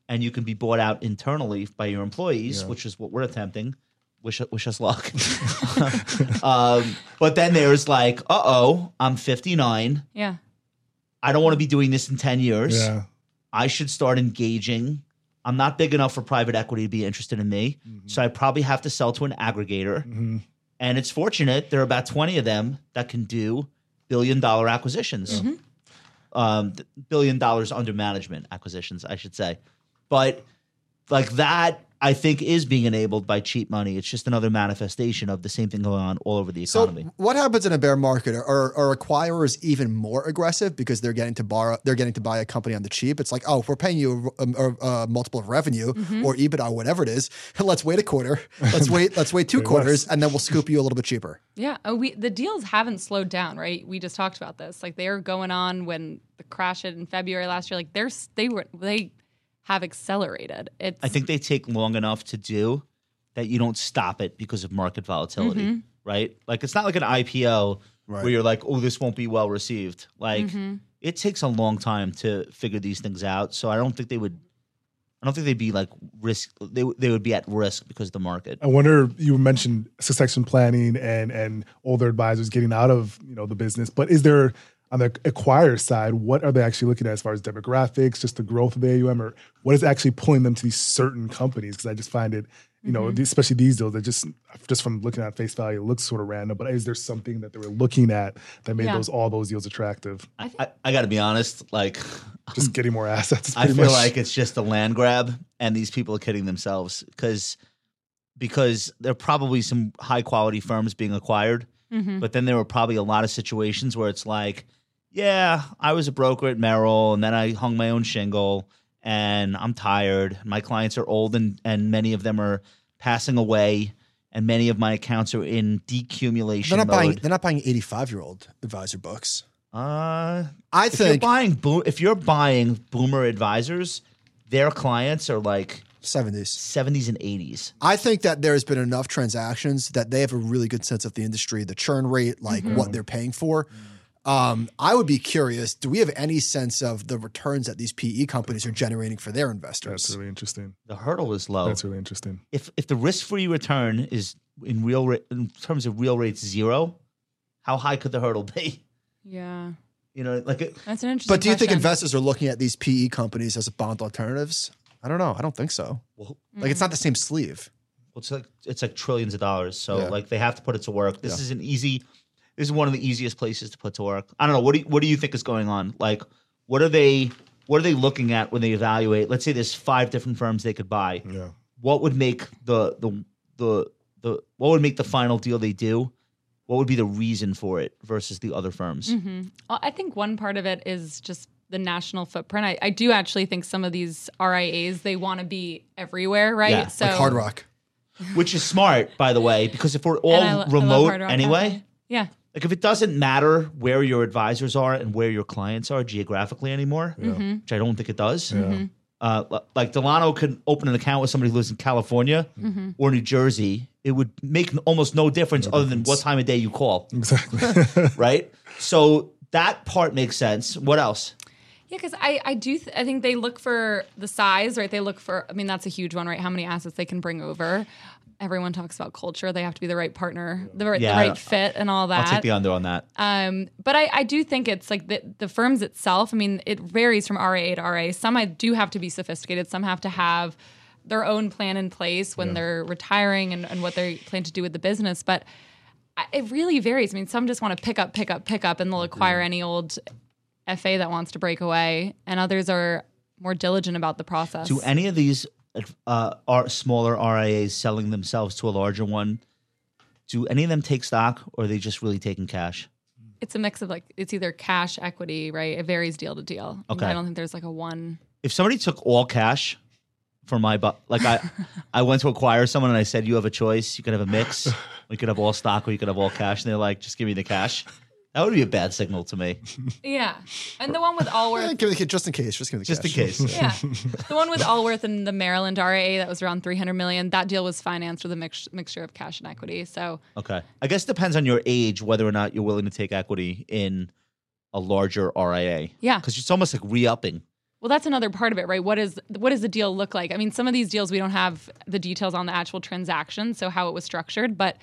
S1: and you can be bought out internally by your employees, which is what we're attempting, wish, wish us luck. um, but then there's like, uh oh, I'm 59.
S2: Yeah,
S1: I don't want to be doing this in 10 years.
S3: yeah.
S1: I should start engaging. I'm not big enough for private equity to be interested in me. So I probably have to sell to an aggregator.
S3: Mhm.
S1: And it's fortunate there are about 20 of them that can do billion dollar acquisitions,
S6: Mm-hmm.
S1: um, th- billion dollars under management acquisitions, I should say. But like that, I think is being enabled by cheap money. It's just another manifestation of the same thing going on all over the
S6: So
S1: economy.
S6: what happens in a bear market? Are, are acquirers even more aggressive because they're getting to borrow, they're getting to buy a company on the cheap? It's like, oh, if we're paying you a, a- a multiple of revenue
S1: Mm-hmm.
S6: or EBITDA, whatever it is. Let's wait a quarter. Let's wait. Let's wait two quarters, and then we'll scoop you a little bit cheaper.
S2: Yeah, oh, we the deals haven't slowed down, right? We just talked about this. Like they are going on when the crash hit in February last year. Like they're s- they were they have accelerated. It's
S1: I think they take long enough to do that you don't stop it because of market volatility, right? Like it's not like an IPO
S6: Mm-hmm. Right. Mm-hmm.
S1: where you're like, oh, this won't be well received. Like
S2: Mm-hmm,
S1: it takes a long time to figure these things out. So I don't think they would. I don't think they'd be like risk. They they would be at risk because of the market.
S3: I wonder. You mentioned succession planning and and older advisors getting out of you know the business, but is there on the acquire side, what are they actually looking at as far as demographics, just the growth of the AUM, or what is actually pulling them to these certain companies? Because I just find it,
S1: Mm-hmm.
S3: you know, especially these deals that just just from looking at face value it looks sort of random. But is there something that they were looking at that made
S2: Yeah.
S3: those all those deals attractive?
S1: I, I got to be honest. Like,
S3: Just getting more assets.
S1: Um, I
S3: pretty
S1: feel
S3: much.
S1: like it's just a land grab, and these people are kidding themselves because because there are probably some high quality firms being acquired,
S2: mm-hmm.
S6: Mm-hmm.
S1: but then there were probably a lot of situations where it's like, yeah, I was a broker at Merrill, and then I hung my own shingle, and I'm tired. My clients are old, and and many of them are passing away, and many of my accounts are in decumulation
S6: They're not
S1: mode.
S6: buying. They're not buying eighty-five-year-old advisor books.
S1: uh,
S6: I
S1: if
S6: think
S1: you're buying boom, if you're buying boomer advisors, their clients are like
S6: seventies.
S1: 70s and 80s.
S6: I think that there has been enough transactions that they have a really good sense of the industry, the churn rate, like
S1: Mm-hmm.
S6: what they're paying for. Um, I would be curious. Do we have any sense of the returns that these PE companies are generating for their investors?
S3: that's really interesting.
S1: The hurdle is low.
S3: That's really interesting.
S1: if if the risk-free return is in real ra- in terms of real rates zero, how high could the hurdle be?
S2: Yeah.
S1: You know, like it,
S2: That's an interesting
S6: But do you think
S2: question.
S6: investors are looking at these PE companies as bond alternatives? I don't know. I don't think so.
S1: well,
S6: Like
S2: Mm.
S6: it's not the same sleeve.
S1: it's like it's like trillions of dollars. So
S6: Yeah.
S1: like they have to put it to work. This is an easy. This is one of the easiest places to put to work. I don't know. What do you, what do you think is going on? Like, what are they? What are they looking at when they evaluate? Let's say there's five different firms they could buy.
S3: Yeah.
S1: what would make the the the the what would make the final deal they do? What would be the reason for it versus the other firms?
S2: Well, Mm-hmm. I think one part of it is just the national footprint. I, I do actually think some of these RIAs they want to be everywhere, right?
S1: Yeah, like
S2: so
S6: Like Hard Rock.
S1: Which is smart, by the way, because if we're all
S2: and I lo- I love
S1: remote
S2: Hard Rock
S1: anyway,
S2: Cafe. Yeah.
S1: like if it doesn't matter where your advisors are and where your clients are geographically anymore,
S2: Mm-hmm.
S1: which I don't think it does. Uh, li- like Delano could open an account with somebody who lives in California
S2: Mm-hmm.
S1: or New Jersey. It would make almost no difference other than what time of day you call,
S3: Exactly.
S1: right? So that part makes sense. What else?
S2: Yeah, because I, I do th- I think they look for the size, right? They look for I mean that's a huge one, right? How many assets they can bring over. Everyone talks about culture. They have to be the right partner, the right,
S1: Yeah,
S2: the
S1: I
S2: right
S1: don't-
S2: fit, and all that.
S1: I'll take the under on that.
S2: Um, but I, I do think it's like the, the firms itself. I mean, it varies from RIA to RIA. Some I do have to be sophisticated. Some have to have their own plan in place when they're retiring and, and what they plan to do with the business. But I, it really varies. I mean, some just want to pick up, pick up, pick up, and they'll acquire any old FA that wants to break away. And others are more diligent about the process.
S1: Do any of these uh, are smaller RIAs selling themselves to a larger one? Do any of them take stock, or are they just really taking cash?
S2: it's a mix of like it's either cash, equity, right? It varies deal to deal.
S1: Okay.
S2: I don't think there's like a one.
S1: If somebody took all cash for my bu- like I, I went to acquire someone and I said, "You have a choice. You could have a mix. We could have all stock, or you could have all cash." And they're like, "Just give me the cash." That would be a bad signal to me,
S2: Yeah, and the one with Allworth
S6: Eh, give me the, just in case. Just give me the
S1: just in
S6: cash.
S1: case.
S2: Yeah, the one with Allworth and the Maryland RIA that was around 300 million. That deal was financed with a mix- mixture of cash and equity. So
S1: Okay, I guess it depends on your age whether or not you're willing to take equity in a larger RIA.
S2: Yeah.
S1: because it's almost like re-upping.
S2: Well, that's another part of it, right? What is what does the deal look like? I mean, some of these deals we don't have the details on the actual transaction, so how it was structured. But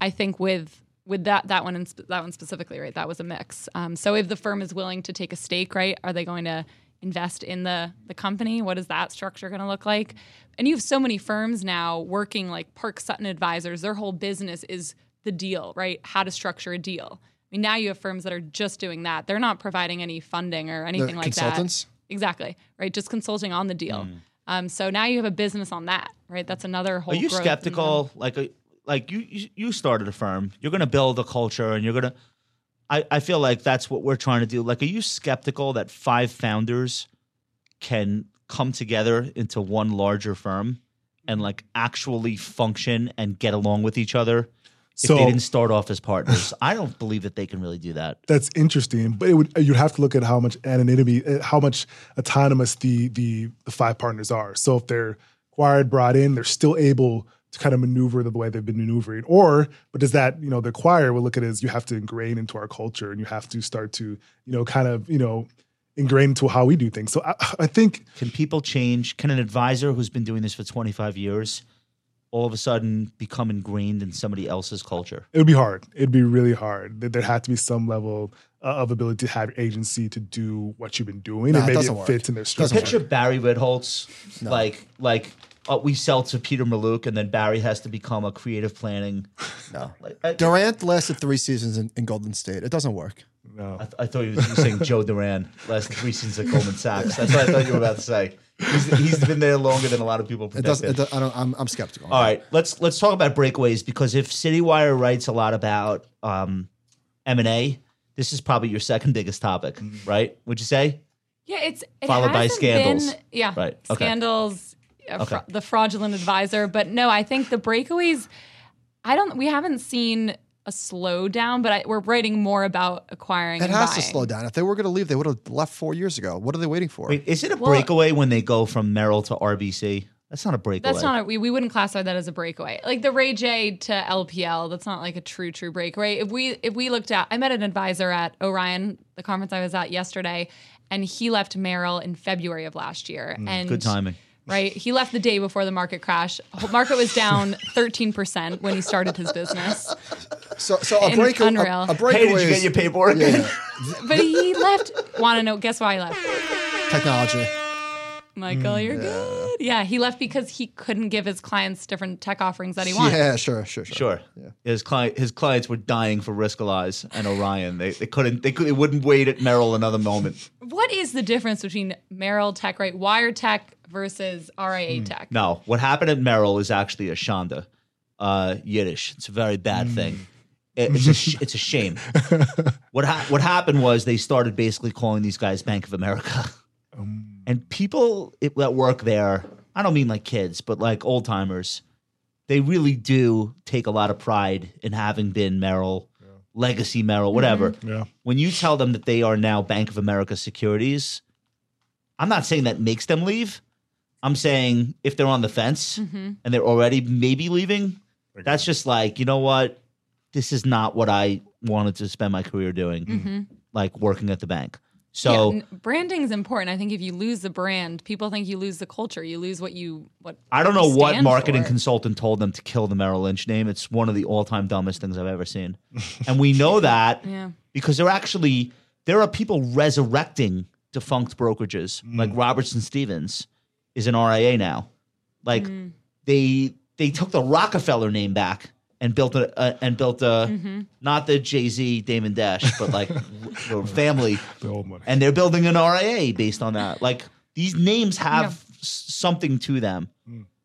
S2: I think with with that that one and sp- that one specifically, right? That was a mix. Um, so if the firm is willing to take a stake, right? Are they going to invest in the the company? What is that structure going to look like? And you have so many firms now working like Park Sutton Advisors. Their whole business is the deal, right? How to structure a deal. I mean, now you have firms that are just doing that. They're not providing any funding or anything like that.
S6: consultants?
S2: Exactly. Right. Just consulting on the deal. Um, so now you have a business on that, right? That's another whole.
S1: Mm. Are you
S2: growth in
S1: skeptical? Like, uh, like you, you you started a firm. You're going to build a culture, and you're going to. I I feel like that's what we're trying to do. Like, are you skeptical that five founders can come together into one larger firm and like actually function and get along with each other? If
S3: So-
S1: they didn't start off as partners, I don't believe that they can really do that.
S3: that's interesting, but it would you'd have to look at how much anonymity, uh, how much autonomous the the, the five partners are. So if they're acquired, brought in, they're still able to kind of maneuver the way they've been maneuvering. Or, but does that you know the acquire will look at it as you have to ingrain into our culture, and you have to start to you know kind of you know ingrain into how we do things. So I, I think
S1: Can people change? Can an advisor who's been doing this for 25 years all of a sudden become ingrained in somebody else's culture?
S3: It would be hard. It'd be really hard. There- There had to be some level uh, of ability to have agency to do what you've been doing,
S6: Nah, it
S3: and maybe
S6: doesn't
S3: it,
S6: work.
S3: fits in their
S6: Doesn't
S3: structure.
S1: Picture Barry Ritholtz, like like uh, we sell to Peter Maluk, and then Barry has to become a creative planning. No, like, I,
S6: Durant lasted three seasons in, in Golden State. It doesn't work.
S3: No.
S1: I, th- I thought you were saying Joe Duran last three seasons at Goldman Sachs. That's what I thought you were about to say. He's, he's been there longer than a lot of people
S6: It
S1: predicted.
S6: doesn't. It, do- I don't. I'm, I'm skeptical.
S1: All right, let's let's talk about breakaways because if CityWire writes a lot about um, M and A, this is probably your second biggest topic,
S6: Mm-hmm.
S1: right? Would you say?
S2: Yeah, it's it
S1: Followed by
S2: hasn't
S1: scandals.
S2: Been, yeah,
S1: Right, okay.
S2: Scandals. uh, fra-
S1: Okay.
S2: the fraudulent advisor, but no, I think the breakaways. I don't. We haven't seen a slowdown, but I, we're writing more about acquiring.
S6: It
S2: and
S6: has to
S2: buying.
S6: slow down. If they were going to leave, they would have left four years ago. What are they waiting for?
S1: Wait, is it a
S2: Well-
S1: breakaway when they go from Merrill to RBC? That's not a breakaway.
S2: That's not a, we, we wouldn't classify that as a breakaway. Like the Ray J to LPL, that's not like a true true breakaway. If we if we looked at, I met an advisor at Orion, the conference I was at yesterday, and he left Merrill in February of last year. and
S1: Mm, good timing.
S2: Right, he left the day before the market crash. Whole Market was down thirteen percent when he started his business,
S6: So, so a
S2: And
S6: break. A,
S2: Unreal.
S6: a breakaway.
S1: Hey, did you get
S6: is
S1: your paperwork?
S2: but he left. Want to know? Guess why he left?
S6: technology.
S2: Michael, you're good. Yeah, he left because he couldn't give his clients different tech offerings that he wanted.
S6: Yeah, sure, sure, sure.
S1: Sure. His client, his clients were dying for Riskalyze and Orion. They, they couldn't, they could, they wouldn't wait at Merrill another moment.
S2: What is the difference between Merrill Tech, right? Wire Tech versus RIA
S1: Hmm.
S2: Tech?
S1: No, what happened at Merrill is actually a shanda, uh, Yiddish. It's a very bad thing. It- it's a, sh- it's a shame. What ha- what happened was they started basically calling these guys Bank of America,
S3: Um,
S1: and people it, that work there. I don't mean like kids, but like old timers. They really do take a lot of pride in having been Merrill, legacy Merrill, whatever
S3: Yeah.
S1: when you tell them that they are now Bank of America securities, I'm not saying that makes them leave. I'm saying if they're on the fence
S2: Hmm.
S1: and they're already maybe leaving, that's just like, you know what? This is not what I wanted to spend my career doing, like working at the bank. So
S2: Mm-hmm. Yeah, n- branding's important. I think if you lose the brand, people think you lose the culture. You lose what you what.
S1: I don't know
S2: you
S1: what
S2: stand
S1: marketing
S2: for.
S1: consultant told them to kill the Merrill Lynch name. It's one of the all-time dumbest things I've ever seen. and we know that
S2: Yeah.
S1: because they're actually there are people resurrecting defunct brokerages. Like Robertson Stevens is an RIA now. Like
S2: Mm.
S1: they they took the Rockefeller name back and built a, a and built a
S2: Mm.
S1: not the Jay-Z Damon Dash, but like the family
S3: The old money.
S1: and they're building an RIA based on that. Like these names have s something to them.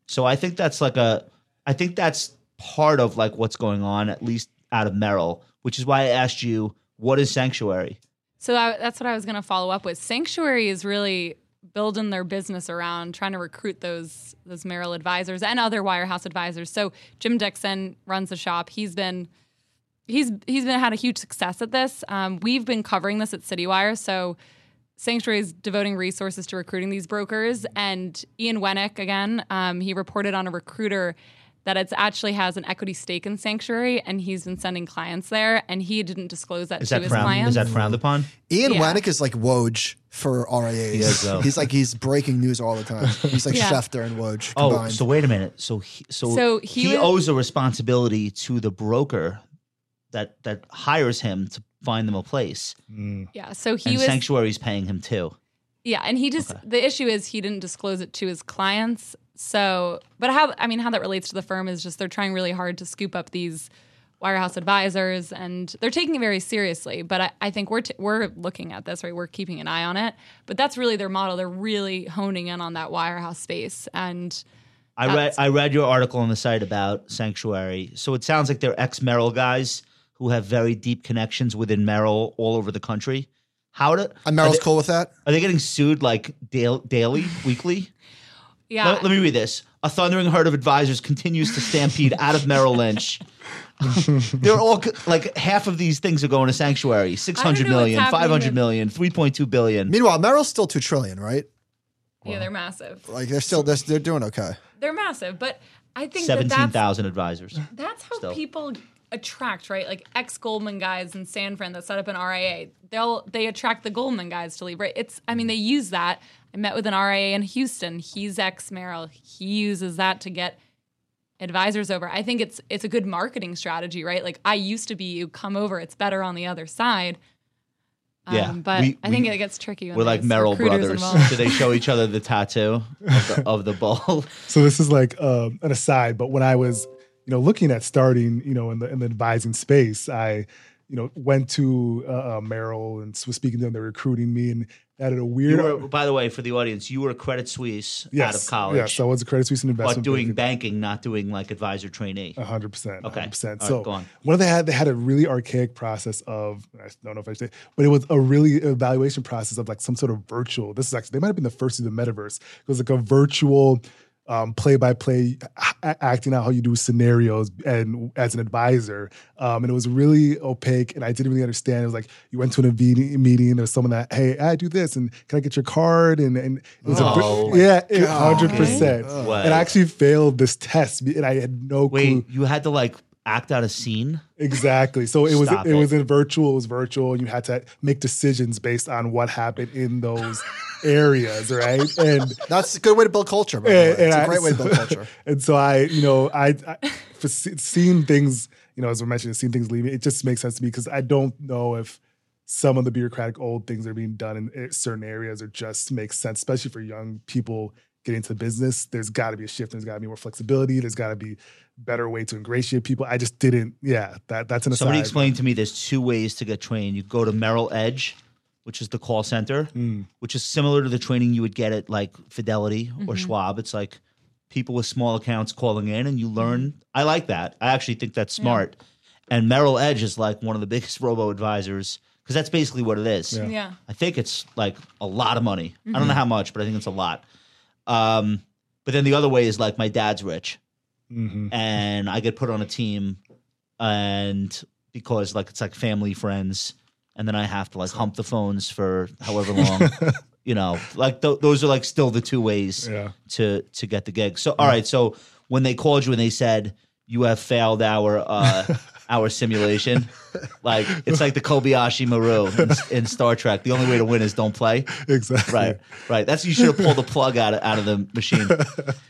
S1: So I think that's like a I think that's part of like what's going on at least out of Merrill, which is why I asked you what is sanctuary?
S2: So I, that's what I was going to follow up with. Sanctuary is really building their business around trying to recruit those those Merrill advisors and other wirehouse advisors. So Jim Dixon runs the shop. He's been he's he's been had a huge success at this. Um, we've been covering this at CityWire. So Sanctuary is devoting resources to recruiting these brokers. And Ian Wenick again, um, he reported on a recruiter that it's actually has an equity stake in Sanctuary, and he's been sending clients there, and he didn't disclose that
S1: Is
S2: to
S1: that
S2: his
S1: frowned
S2: clients.
S1: is that frowned upon?
S6: Ian
S2: Yeah.
S6: Wanick is like Woj for RIAs.
S1: He is, though.
S6: He's like he's breaking news all the time. He's like
S2: Yeah.
S6: Schefter and Woj
S1: Oh,
S6: combined.
S1: so wait a minute. So he, so,
S2: So he
S1: he,
S2: was-
S1: owes a responsibility to the broker that that hires him to find them a place,
S2: yeah, so he
S1: and
S2: was
S1: sanctuary's paying him too.
S2: Yeah, and he just the issue is he didn't disclose it to his clients. So, but how I mean how that relates to the firm is just they're trying really hard to scoop up these wirehouse advisors and they're taking it very seriously. But I, I think we're t- we're looking at this right. We're keeping an eye on it. But that's really their model. They're really honing in on that wirehouse space and. Uh,
S1: I read I read your article on the site about Sanctuary. So it sounds like they're ex Merrill guys who have very deep connections within Merrill all over the country. How do
S6: and Merrill's cool with that.
S1: are they getting sued like dail daily, weekly?
S2: Yeah,
S1: Let, let me read this. A thundering herd of advisors continues to stampede out of Merrill Lynch. They're all co- like half of these things are going to sanctuary. 600
S2: know what's
S1: million,
S2: happening
S1: 500
S2: with-
S1: million, 3.2 billion.
S6: Meanwhile, Merrill's still two trillion, right?
S2: yeah, they're massive.
S6: Like they're still they're, they're doing okay.
S2: They're massive, but I think that that's
S1: 17,000 advisors.
S2: That's how
S1: still.
S2: people attract, right? Like ex Goldman guys in San Fran that set up an RIA. They'll they attract the Goldman guys to leave, right? It's I mean they use that. I met with an RIA in Houston. He's ex Merrill. He uses that to get advisors over. I think it's it's a good marketing strategy, right? Like I used to be, you come over, it's better on the other side. Um,
S1: Yeah,
S2: but
S1: we-
S2: I think
S1: we-
S2: it gets tricky. When
S1: We're like
S2: there's
S1: Merrill
S2: recruiters
S1: brothers.
S2: involved.
S1: So they show each other the tattoo of the, of the ball.
S3: So this is like um, an aside, but when I was, you know, looking at starting, you know, in the in the advising space, I, you know, went to uh, uh, Merrill and was speaking to them. They're recruiting me, and added a
S1: You
S3: weird.
S1: were, by the way, for the audience, you were Credit Suisse out of college,
S3: Yes, so I was a Credit Suisse and investment.
S1: but doing
S3: banking.
S1: banking, not doing like advisor trainee.
S3: A hundred percent. a
S1: Okay.
S3: Uh, hundred percent.
S1: All
S3: So
S1: right, go on.
S3: one of they had they had a really archaic process of I don't know if I should say, but it was a really evaluation process of like some sort of virtual. This is actually they might have been the first of the metaverse. It was like a virtual um, play-by-play a- acting out how you do scenarios and as an advisor um, and it was really opaque and i didn't really understand it was like you went to an event- meeting there was someone that hey i do this and can i get your card and, and it was
S1: Oh
S3: a
S1: my
S3: br- yeah it- 100%
S1: What?
S3: and i actually failed this test and i had no clue
S1: Wait, you had to like act out a scene?
S3: Exactly. So it was
S1: Stop
S3: it,
S1: it.
S3: was in virtual. It was virtual. You had to make decisions based on what happened in those areas, right? And
S6: That's a good way to build culture. By the way.
S3: and- and
S6: It's a
S3: I-
S6: great way to build
S3: so-
S6: culture.
S3: And so I, you know, I, I for se- seeing things, you know, as we're mentioning, seeing things leaving, it just makes sense to me because I don't know if some of the bureaucratic old things that are being done in eh, certain areas or just make sense, especially for young people getting into business. There's got to be a shift. There's got to be more flexibility. There's got to be better way to ingratiate people. I just didn't. Yeah, that that's an aside.
S1: Somebody explained to me there's two ways to get trained. You go to Merrill Edge, which is the call center,
S3: Mm,
S1: which is similar to the training you would get at like Fidelity or Schwab. It's like people with small accounts calling in and you learn. I like that. I actually think that's smart. And Merrill Edge is like one of the biggest robo advisors because that's basically what it is.
S2: yeah.
S1: I think it's like a lot of money. I don't know how much, but I think it's a lot. Um, but then the other way is like my dad's rich,
S3: Mhm.
S1: and I get put on a team, and because like it's like family friends, and then I have to like hump the phones for however long, you know. Like th- those are like still the two ways
S3: Yeah.
S1: to to get the gig. So all right, so when they called you and they said you have failed our uh our simulation, like it's like the Kobayashi Maru in, in Star Trek. The only way to win is don't play.
S3: Exactly.
S1: Right, right. That's you should have pulled the plug out of, out of the machine.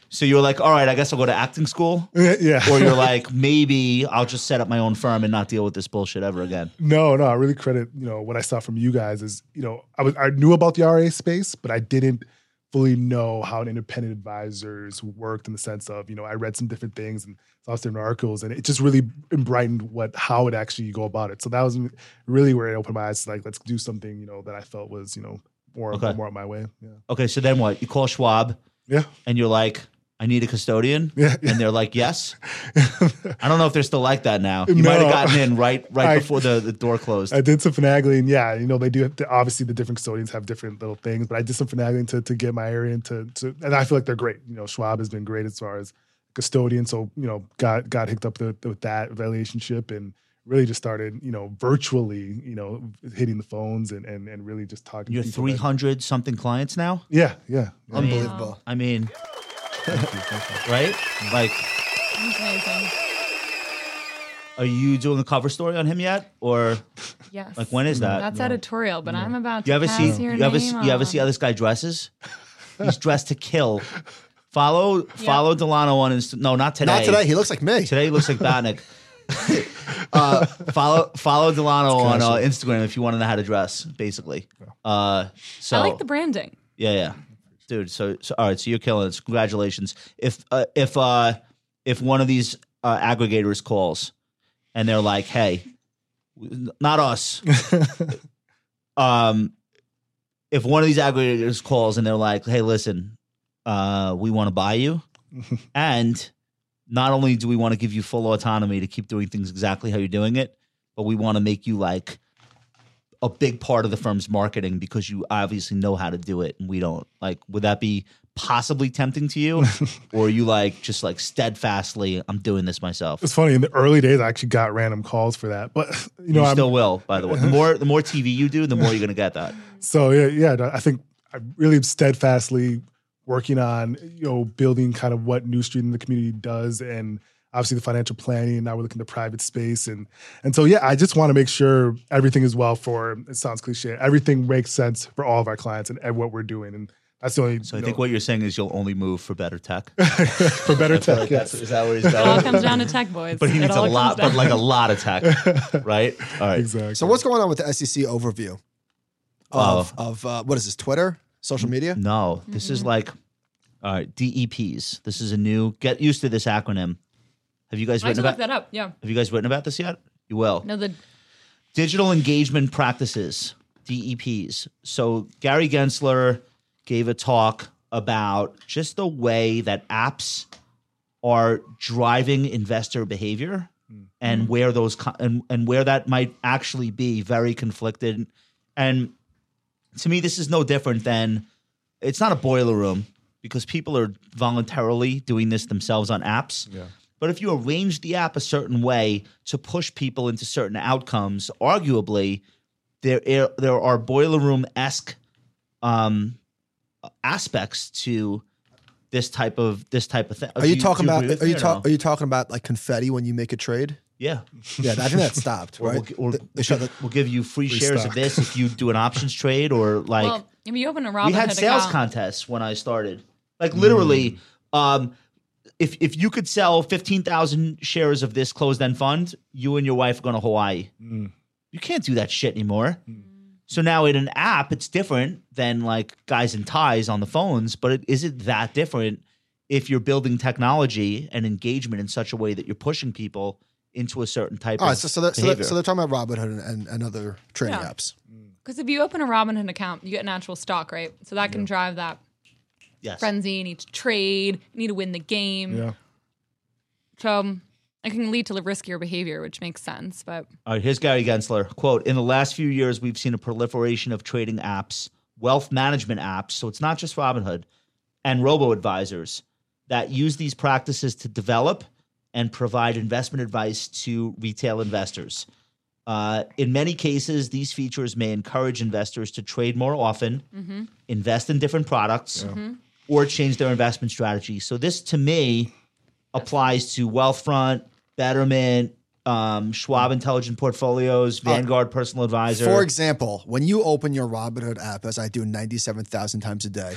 S1: So you were like, all right, I guess I'll go to acting school.
S3: Yeah.
S1: Or you're like, maybe I'll just set up my own firm and not deal with this bullshit ever again.
S3: No, no, I really credit, you know, what I saw from you guys is, you know, I was I knew about the RA space, but I didn't fully know how independent advisors worked in the sense of, you know, I read some different things and saw some different articles and it just really brightened what how it actually you go about it. So that was really where it opened my eyes to like, let's do something, you know, that I felt was, you know, more
S1: Okay.
S3: more up my way. Yeah.
S1: Okay, so then what? You call Schwab
S3: Yeah.
S1: and you're like, I need a custodian.
S3: Yeah.
S1: And they're like, yes. I don't know if they're still like that now. You might have
S3: No.
S1: gotten in right right
S3: I-
S1: before the, the door closed.
S3: I did some finagling. Yeah, you know they do. Obviously, the different custodians have different little things, but I did some finagling to to get my area into. To, and I feel like they're great. You know, Schwab has been great as far as custodian. So you know, got got hooked up with, with that relationship and really just started. You know, virtually. You know, hitting the phones and and, and really just talking. to
S1: you're
S3: people that-
S1: 300 something clients now?
S3: Yeah, yeah. yeah.
S6: Unbelievable.
S1: I mean, right? Like,
S2: That's amazing.
S1: are you doing a cover story on him yet? Or
S2: Yes.
S1: like, when is that?
S2: That's editorial, but I'm about to
S1: You ever
S2: pass
S1: see
S2: your
S1: you ever
S2: name
S1: see, you ever see how
S2: on.
S1: this guy dresses? He's dressed to kill. Follow follow Delano on Insta. No, not today.
S6: Not today. He looks like me.
S1: Today he looks like Batnick. uh, follow follow Delano on uh, Instagram if you want to know how to dress. Basically, uh, so
S2: I like the branding.
S1: yeah, yeah, dude. So, so all right. So you're killing it. Congratulations. If uh, if uh, if one of these uh, aggregators calls and they're like, "Hey, n- not us." um, if one of these aggregators calls and they're like, "Hey, listen, uh, we want to buy you," and not only do we want to give you full autonomy to keep doing things exactly how you're doing it, but we want to make you like a big part of the firm's marketing because you obviously know how to do it and we don't. Like, would that be possibly tempting to you? or are you like just like steadfastly, I'm doing this myself?
S3: It's funny. In the early days, I actually got random calls for that, but you know,
S1: You
S3: I'm,
S1: still will, by the way. The more the more TV you do, the more you're gonna get that.
S3: So yeah, yeah, I think I'm really steadfastly working on you know building kind of what New Street in the community does, and obviously the financial planning. And now we're looking to private space, and and so yeah, I just want to make sure everything is well for. It sounds cliche. Everything makes sense for all of our clients and, and what we're doing, and That's the only.
S1: So I
S3: no.
S1: think what you're saying is you'll only move for better tech.
S3: for better
S1: I feel
S3: tech.
S1: like
S3: yes.
S1: that's- Is that where he's
S2: It all
S1: going?
S2: comes down to tech boys.
S1: But he
S2: It
S1: needs a
S2: all comes
S1: lot,
S2: down-
S1: but like a lot of tech, right? All right.
S3: Exactly.
S6: So what's going on with the SEC overview of of uh, what is this Twitter, social media?
S1: No, this
S2: Mm-hmm.
S1: is like, all right, DEPs. This is a new. Get used to this acronym. Have you guys
S2: I have to
S1: written
S2: look
S1: about?
S2: that up. Yeah.
S1: Have you guys written about this yet? You will.
S2: No, the
S1: Digital engagement practices, DEPs. So Gary Gensler gave a talk about just the way that apps are driving investor behavior and
S6: Mm-hmm.
S1: where those co- and, and where that might actually be very conflicted and to me this is no different than it's not a boiler room because people are voluntarily doing this themselves on apps
S3: Yeah.
S1: but if you arrange the app a certain way to push people into certain outcomes arguably there are- there are boiler room esque um, aspects to this type of this type of thing.
S6: Are you, talking about? Are you
S1: talking?
S6: talk, Are you talking about like confetti when you make a trade?
S1: Yeah.
S6: Yeah, I think that stopped,
S1: Or
S6: right?
S1: we'll, gi- or
S6: They- they
S1: we'll
S6: shut
S1: give,
S6: the-
S1: we'll give you free,
S3: Free
S1: shares
S3: stock.
S1: of this if you do an options trade or like
S2: well, if you open a Robinhood
S1: we had sales
S2: account,
S1: contests when I started. Like literally,
S6: Mm.
S1: um, if if you could sell fifteen thousand shares of this closed end fund, you and your wife are going to Hawaii.
S3: Mm.
S1: You can't do that shit anymore.
S6: Mm.
S1: So now in an app, it's different than like guys in ties on the phones, but it isn't that different if you're building technology and engagement in such a way that you're pushing people into a certain type
S6: All right,
S1: of
S6: so so they're, so,
S1: behavior.
S6: they're, so they're talking about Robinhood and, and, and other trading
S2: Yeah.
S6: apps.
S2: because if you open a Robinhood account, you get an actual stock, right? So that can drive that
S1: yes.
S2: frenzy. You need to trade. You need to win the game.
S1: Mm.
S3: Yeah.
S2: So um, it can lead to the riskier behavior, which makes sense. But
S1: All right, here's Gary Gensler. Quote, in the last few years, we've seen a proliferation of trading apps, wealth management apps, so it's not just Robinhood, and robo advisors that use these practices to develop and provide investment advice to retail investors. Uh, in many cases, these features may encourage investors to trade more often, invest in different products,
S6: Mm-hmm.
S1: or change their investment strategy. So, this to me applies to Wealthfront, Betterment, um, Schwab Intelligent Portfolios, Vanguard Personal Advisor.
S6: Oh. For example, when you open your Robinhood app, as I do ninety-seven thousand times a day,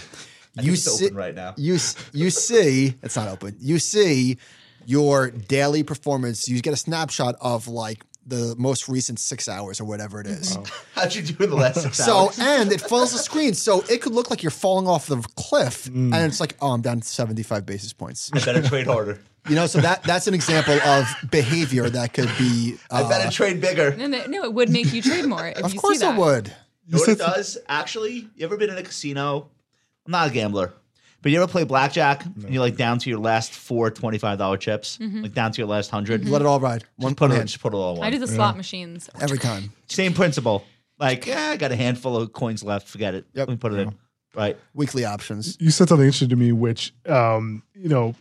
S6: you
S1: it's
S6: see
S1: open right now.
S6: you s- you see it's not open. You see your daily performance. You get a snapshot of like the most recent six hours or whatever it is.
S1: Oh. How'd you do in the last six
S6: So
S1: hours?
S6: and it follows the screen, so it could look like you're falling off the cliff,
S1: Mm.
S6: and it's like, oh, I'm down seventy-five basis points.
S1: I better trade harder.
S6: You know, so that that's an example of behavior that could be.
S1: I
S6: uh,
S1: better trade bigger.
S2: no, no, no, it would make you trade more. If
S6: of
S2: you
S6: course,
S2: see that.
S6: it would.
S1: You know what it does? Actually, you ever been in a casino? I'm not a gambler, but you ever play blackjack and you're like down to your last four $25 chips, like down to your last 100
S6: Mm-hmm. Let it all ride.
S1: One
S6: One
S1: put it,
S6: hand.
S1: Mm. just put it all in
S2: I do
S1: one.
S2: the slot machines.
S6: every time.
S1: Same principle. Like, yeah, I got a handful of coins left. Forget it.
S6: Yep.
S1: Let me put it in. Right.
S6: Weekly options.
S3: you said something interesting to me, which um, you know,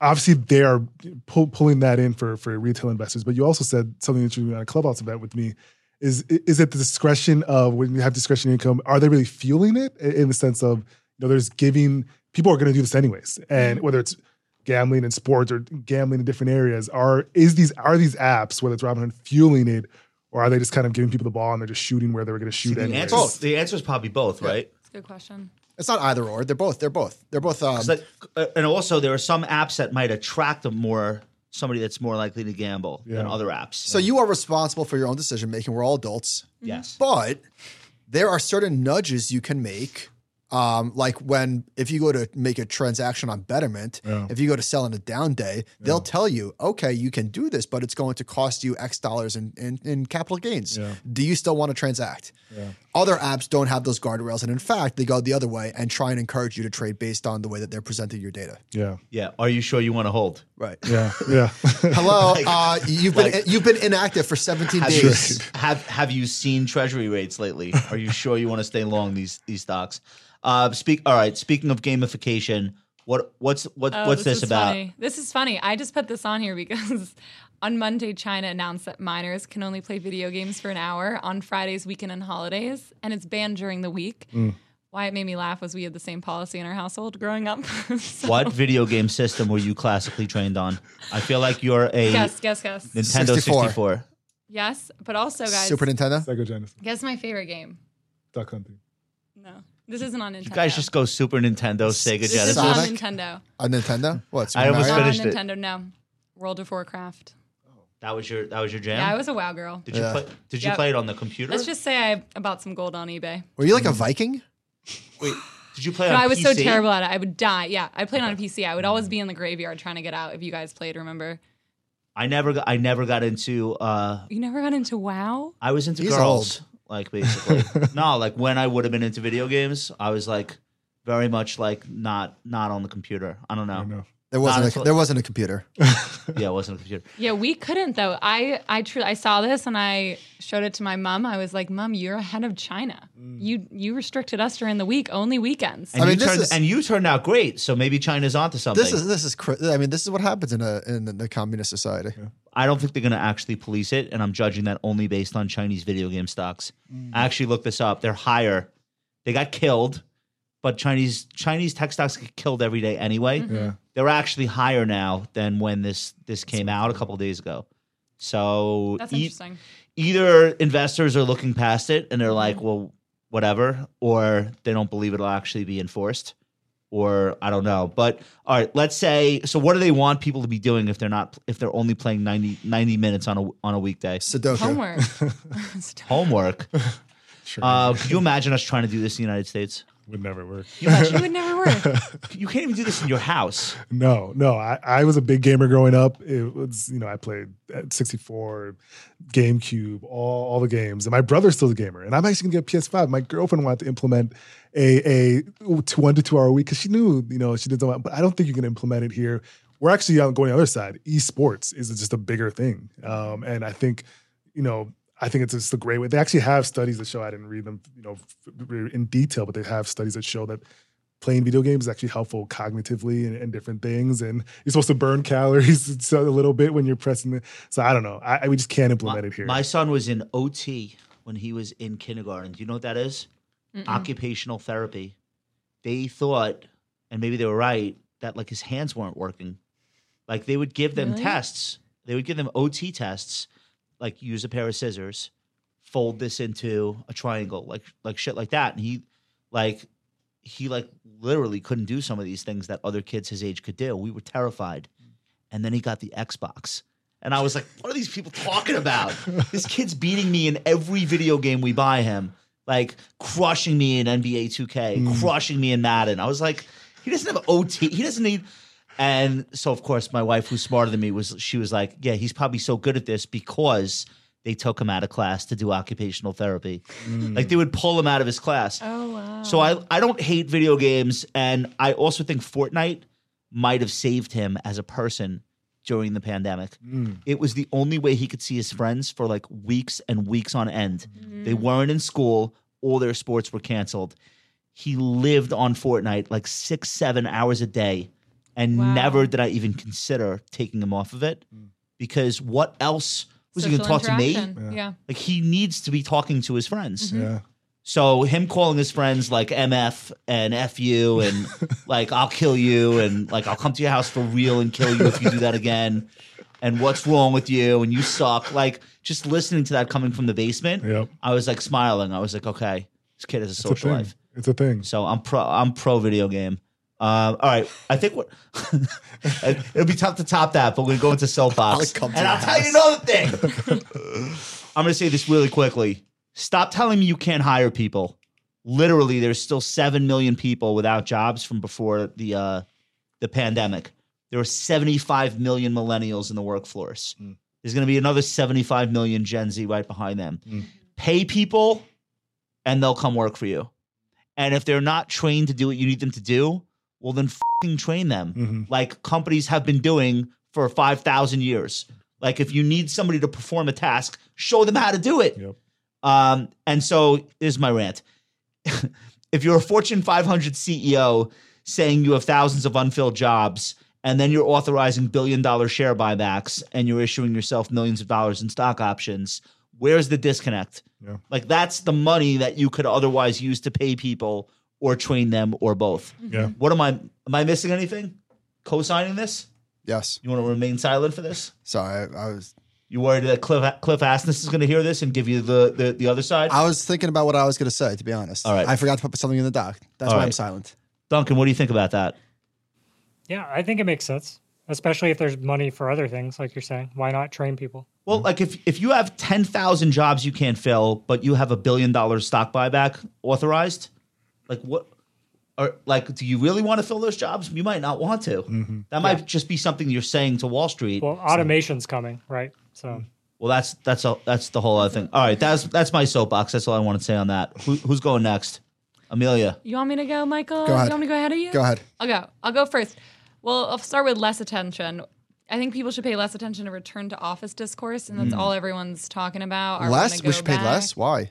S3: obviously they are pull, pulling that in for for retail investors. But you also said something interesting at a clubhouse event with me. Is is it the discretion of when you have discretionary income? Are they really fueling it in in the sense of you know, there's giving people are going to do this anyways,
S1: Mm-hmm.
S3: and whether it's gambling in sports or gambling in different areas, are is these are these apps whether it's Robinhood fueling it? Or are they just kind of giving people the ball and they're just shooting where they were going to shoot
S1: The
S3: anyways?
S1: answer, the answer is probably both, right?
S2: That's a good question.
S6: It's not either or. They're both. They're both. They're both. Um,
S1: It's like- uh, and also, there are some apps that might attract a more somebody that's more likely to gamble than
S3: Yeah.
S1: other apps.
S6: so you are responsible for your own decision making. We're all adults,
S1: yes,
S2: Mm-hmm.
S6: but there are certain nudges you can make. Um, like when if you go to make a transaction on Betterment,
S3: Yeah.
S6: if you go to sell on a down day, they'll tell you, okay, you can do this, but it's going to cost you X dollars in in, in capital gains.
S3: Yeah.
S6: Do you still want to transact? Other apps don't have those guardrails, and in fact, they go the other way and try and encourage you to trade based on the way that they're presenting your data.
S3: yeah,
S1: yeah. Are you sure you want to hold?
S6: Right.
S3: yeah, yeah.
S6: Hello. uh, you've been
S1: like-
S6: you've been inactive for 17
S1: Have you,
S6: days.
S1: have have you seen treasury rates lately? Are you sure you want to stay long these these stocks? Uh, speak. All right. Speaking of gamification, what what's what
S2: Oh,
S1: what's this,
S2: is
S1: about?
S2: Funny. This is funny. I just put this on here because on Monday, China announced that minors can only play video games for an hour on Fridays, weekend, and holidays, and it's banned during the week.
S1: Mm.
S2: Why it made me laugh was we had the same policy in our household growing up. so,
S1: What video game system were you classically trained on? I feel like you're a
S2: Guess, guess, guess.
S1: Nintendo
S6: 64.
S1: 64.
S2: Yes, but also, guys,
S6: Super Nintendo.
S3: Psychogenesis,
S2: guess my favorite game.
S3: duck hunting.
S2: No. This isn't on Nintendo.
S1: You guys just go Super Nintendo, Sega
S2: this
S1: Genesis.
S2: is on
S6: Sonic?
S2: Nintendo.
S6: on Nintendo? What?
S1: I almost
S2: Not
S6: Mario?
S2: on
S1: finished it.
S2: Nintendo. No, World of Warcraft.
S1: That was your that was your jam.
S2: Yeah, I was a WoW girl.
S1: did you
S6: Yeah.
S1: play? Did you
S2: Yep.
S1: play it on the computer?
S2: Let's just say I, I bought some gold on eBay.
S6: Were you like a Viking?
S1: Wait, did you play?
S2: No,
S1: on
S2: I was so
S1: PC?
S2: terrible at it. I would die. Yeah, I played on a PC. I would always be in the graveyard trying to get out. If you guys played, remember?
S1: I never got. I never got into. uh
S2: You never got into WoW.
S1: I was into
S6: He's
S1: girls. Like basically, no. Like when I would have been into video games, I was like very much like not not on the computer. I don't know.
S3: I don't know.
S6: There wasn't. A,
S1: until-
S6: there wasn't a computer.
S1: Yeah, it wasn't a computer.
S2: Yeah, we couldn't though. I I truly I saw this and I showed it to my mom. I was like, "Mom, you're ahead of China. You you restricted us during the week, only weekends."
S1: Mm. And
S6: I mean,
S1: you
S6: this
S1: turned
S6: is-
S1: and you turned out great. So maybe China's onto something.
S6: This is this is. cra- I mean, this is what happens in a in the communist society.
S1: I don't think they're going to actually police it, and I'm judging that only based on Chinese video game stocks. I actually looked this up; they're higher. They got killed, but Chinese Chinese tech stocks get killed every day anyway.
S3: Yeah.
S1: They're actually higher now than when this this came out a couple of days ago. So
S2: That's
S1: e-
S2: interesting.
S1: either investors are looking past it and they're like, "Well, whatever," or they don't believe it'll actually be enforced, or I don't know. But all right, let's say. So, what do they want people to be doing if they're not if they're only playing 90, 90 minutes on a on a weekday?
S6: Sudoku.
S2: Homework.
S1: Homework.
S3: Sure.
S1: Uh, could you imagine us trying to do this in the United States?
S3: Would never work.
S1: Can you imagine-
S2: it would never work.
S1: you can't even do this in your house.
S3: No, no. I, I was a big gamer growing up. It was, you know, I played at 64, GameCube, all, all the games. And my brother's still a gamer. And I'm actually going to get a PS5. My girlfriend wanted to implement a, a two, one to two hour a week because she knew, you know, she did something. But I don't think you can implement it here. We're actually uh, going the other side. Esports is just a bigger thing. Um, and I think, you know, I think it's just a great way. They actually have studies that show, I didn't read them, you know, f- in detail, but they have studies that show that playing video games is actually helpful cognitively and, and different things. And you're supposed to burn calories so- a little bit when you're pressing it. So I don't know. I, I- we just can't implement it here.
S1: My son was in OT when he was in kindergarten. Do you know what that is? Occupational therapy. They thought, and maybe they were right, that like his hands weren't working. Like they would give them
S2: Really?
S1: tests. They would give them OT tests, like use a pair of scissors, fold this into a triangle, like like shit like that. And he like he like literally couldn't do some of these things that other kids his age could do. We were terrified. And then he got the Xbox. And I was like, what are these people talking about? this kid's beating me in every video game we buy him, like crushing me in NBA 2K, crushing me in Madden. I was like, he doesn't have OT. He doesn't need. And so, of course, my wife, who's smarter than me, was she was like, yeah, he's probably so good at this because they took him out of class to do occupational therapy.
S3: Mm.
S1: Like they would pull him out of his class.
S2: Oh wow.
S1: So I, I don't hate video games, and I also think Fortnite might have saved him as a person during the pandemic.
S3: Mm.
S1: It was the only way he could see his friends for like weeks and weeks on end. They
S2: Mm-hmm. Mm.
S1: weren't in school, all their sports were canceled. He lived on Fortnite like six, seven hours a day, and
S2: Wow.
S1: never did I even consider taking him off of it because what else was he going to
S2: Social
S1: talk to me?
S2: interaction. Yeah.
S1: Like he needs to be talking to his friends.
S3: yeah.
S1: So him calling his friends like MF and FU and like I'll kill you and like I'll come to your house for real and kill you if you do that again and what's wrong with you and you suck like just listening to that coming from the basement
S3: Yep.
S1: I was like smiling I was like okay this kid has a
S3: It's a
S1: social
S3: thing.
S1: life
S3: It's a thing.
S1: so I'm pro I'm pro video game um, all right I think what it'll be tough to top that but we're gonna go into soapbox
S6: I'll come to
S1: and
S6: your
S1: I'll tell you another thing I'm gonna say this really quickly stop telling me you can't hire people literally there's still 7 million people without jobs from before the uh, the pandemic there are 75 million millennials in the workforce there's going to be another 75 million gen z right behind them pay people and they'll come work for you and if they're not trained to do what you need them to do well then fing train them
S3: Mm-hmm. Mm.
S1: like companies have been doing for 5000 years like if you need somebody to perform a task show them how to do it
S3: Yep.
S1: um, and so here's my rant. if you're a Fortune 500 CEO E saying you have thousands of unfilled jobs, and then you're authorizing billion dollar share buybacks and you're issuing yourself millions of dollars in stock options, where's the disconnect?
S3: Yeah.
S1: Like that's the money that you could otherwise use to pay people or train them or both.
S3: Yeah.
S1: What am I am I missing anything? Co-signing this?
S6: Yes.
S1: You want to remain silent for this?
S6: Sorry, I, I was
S1: You worried that Cliff Cliff Asness is going to hear this and give you the the, the other side?
S6: I was thinking about what I was going to say, to be honest.
S1: All right.
S6: I forgot to put something in the doc. That's
S1: All
S6: why
S1: right.
S6: I'm silent.
S1: Duncan, what do you think about that?
S5: Yeah, I think it makes sense, especially if there's money for other things, like you're saying. Why not train people?
S1: Well, like if if you have ten thousand jobs you can't fill, but you have a billion dollar stock buyback authorized, like what? Or like, do you really want to fill those jobs? You might not want to. That might just be something you're saying to Wall Street.
S5: Well, automation's coming, right?
S1: Hmm.
S5: So
S1: Well, that's that's a, that's the whole other thing. All right, that's that's my soapbox. That's all I want to say on that. Who, who's going next? Amelia.
S2: You want me to go, Michael?
S6: Go ahead.
S2: You want me to go ahead of you?
S6: Go ahead.
S2: I'll go. I'll go first. Well, I'll start with less attention. I think people should pay less attention to return to office discourse, and that's all everyone's talking about. Are we
S6: Hmm. less?
S2: gonna
S6: We
S2: go
S6: should pay
S2: back?
S6: less? Why?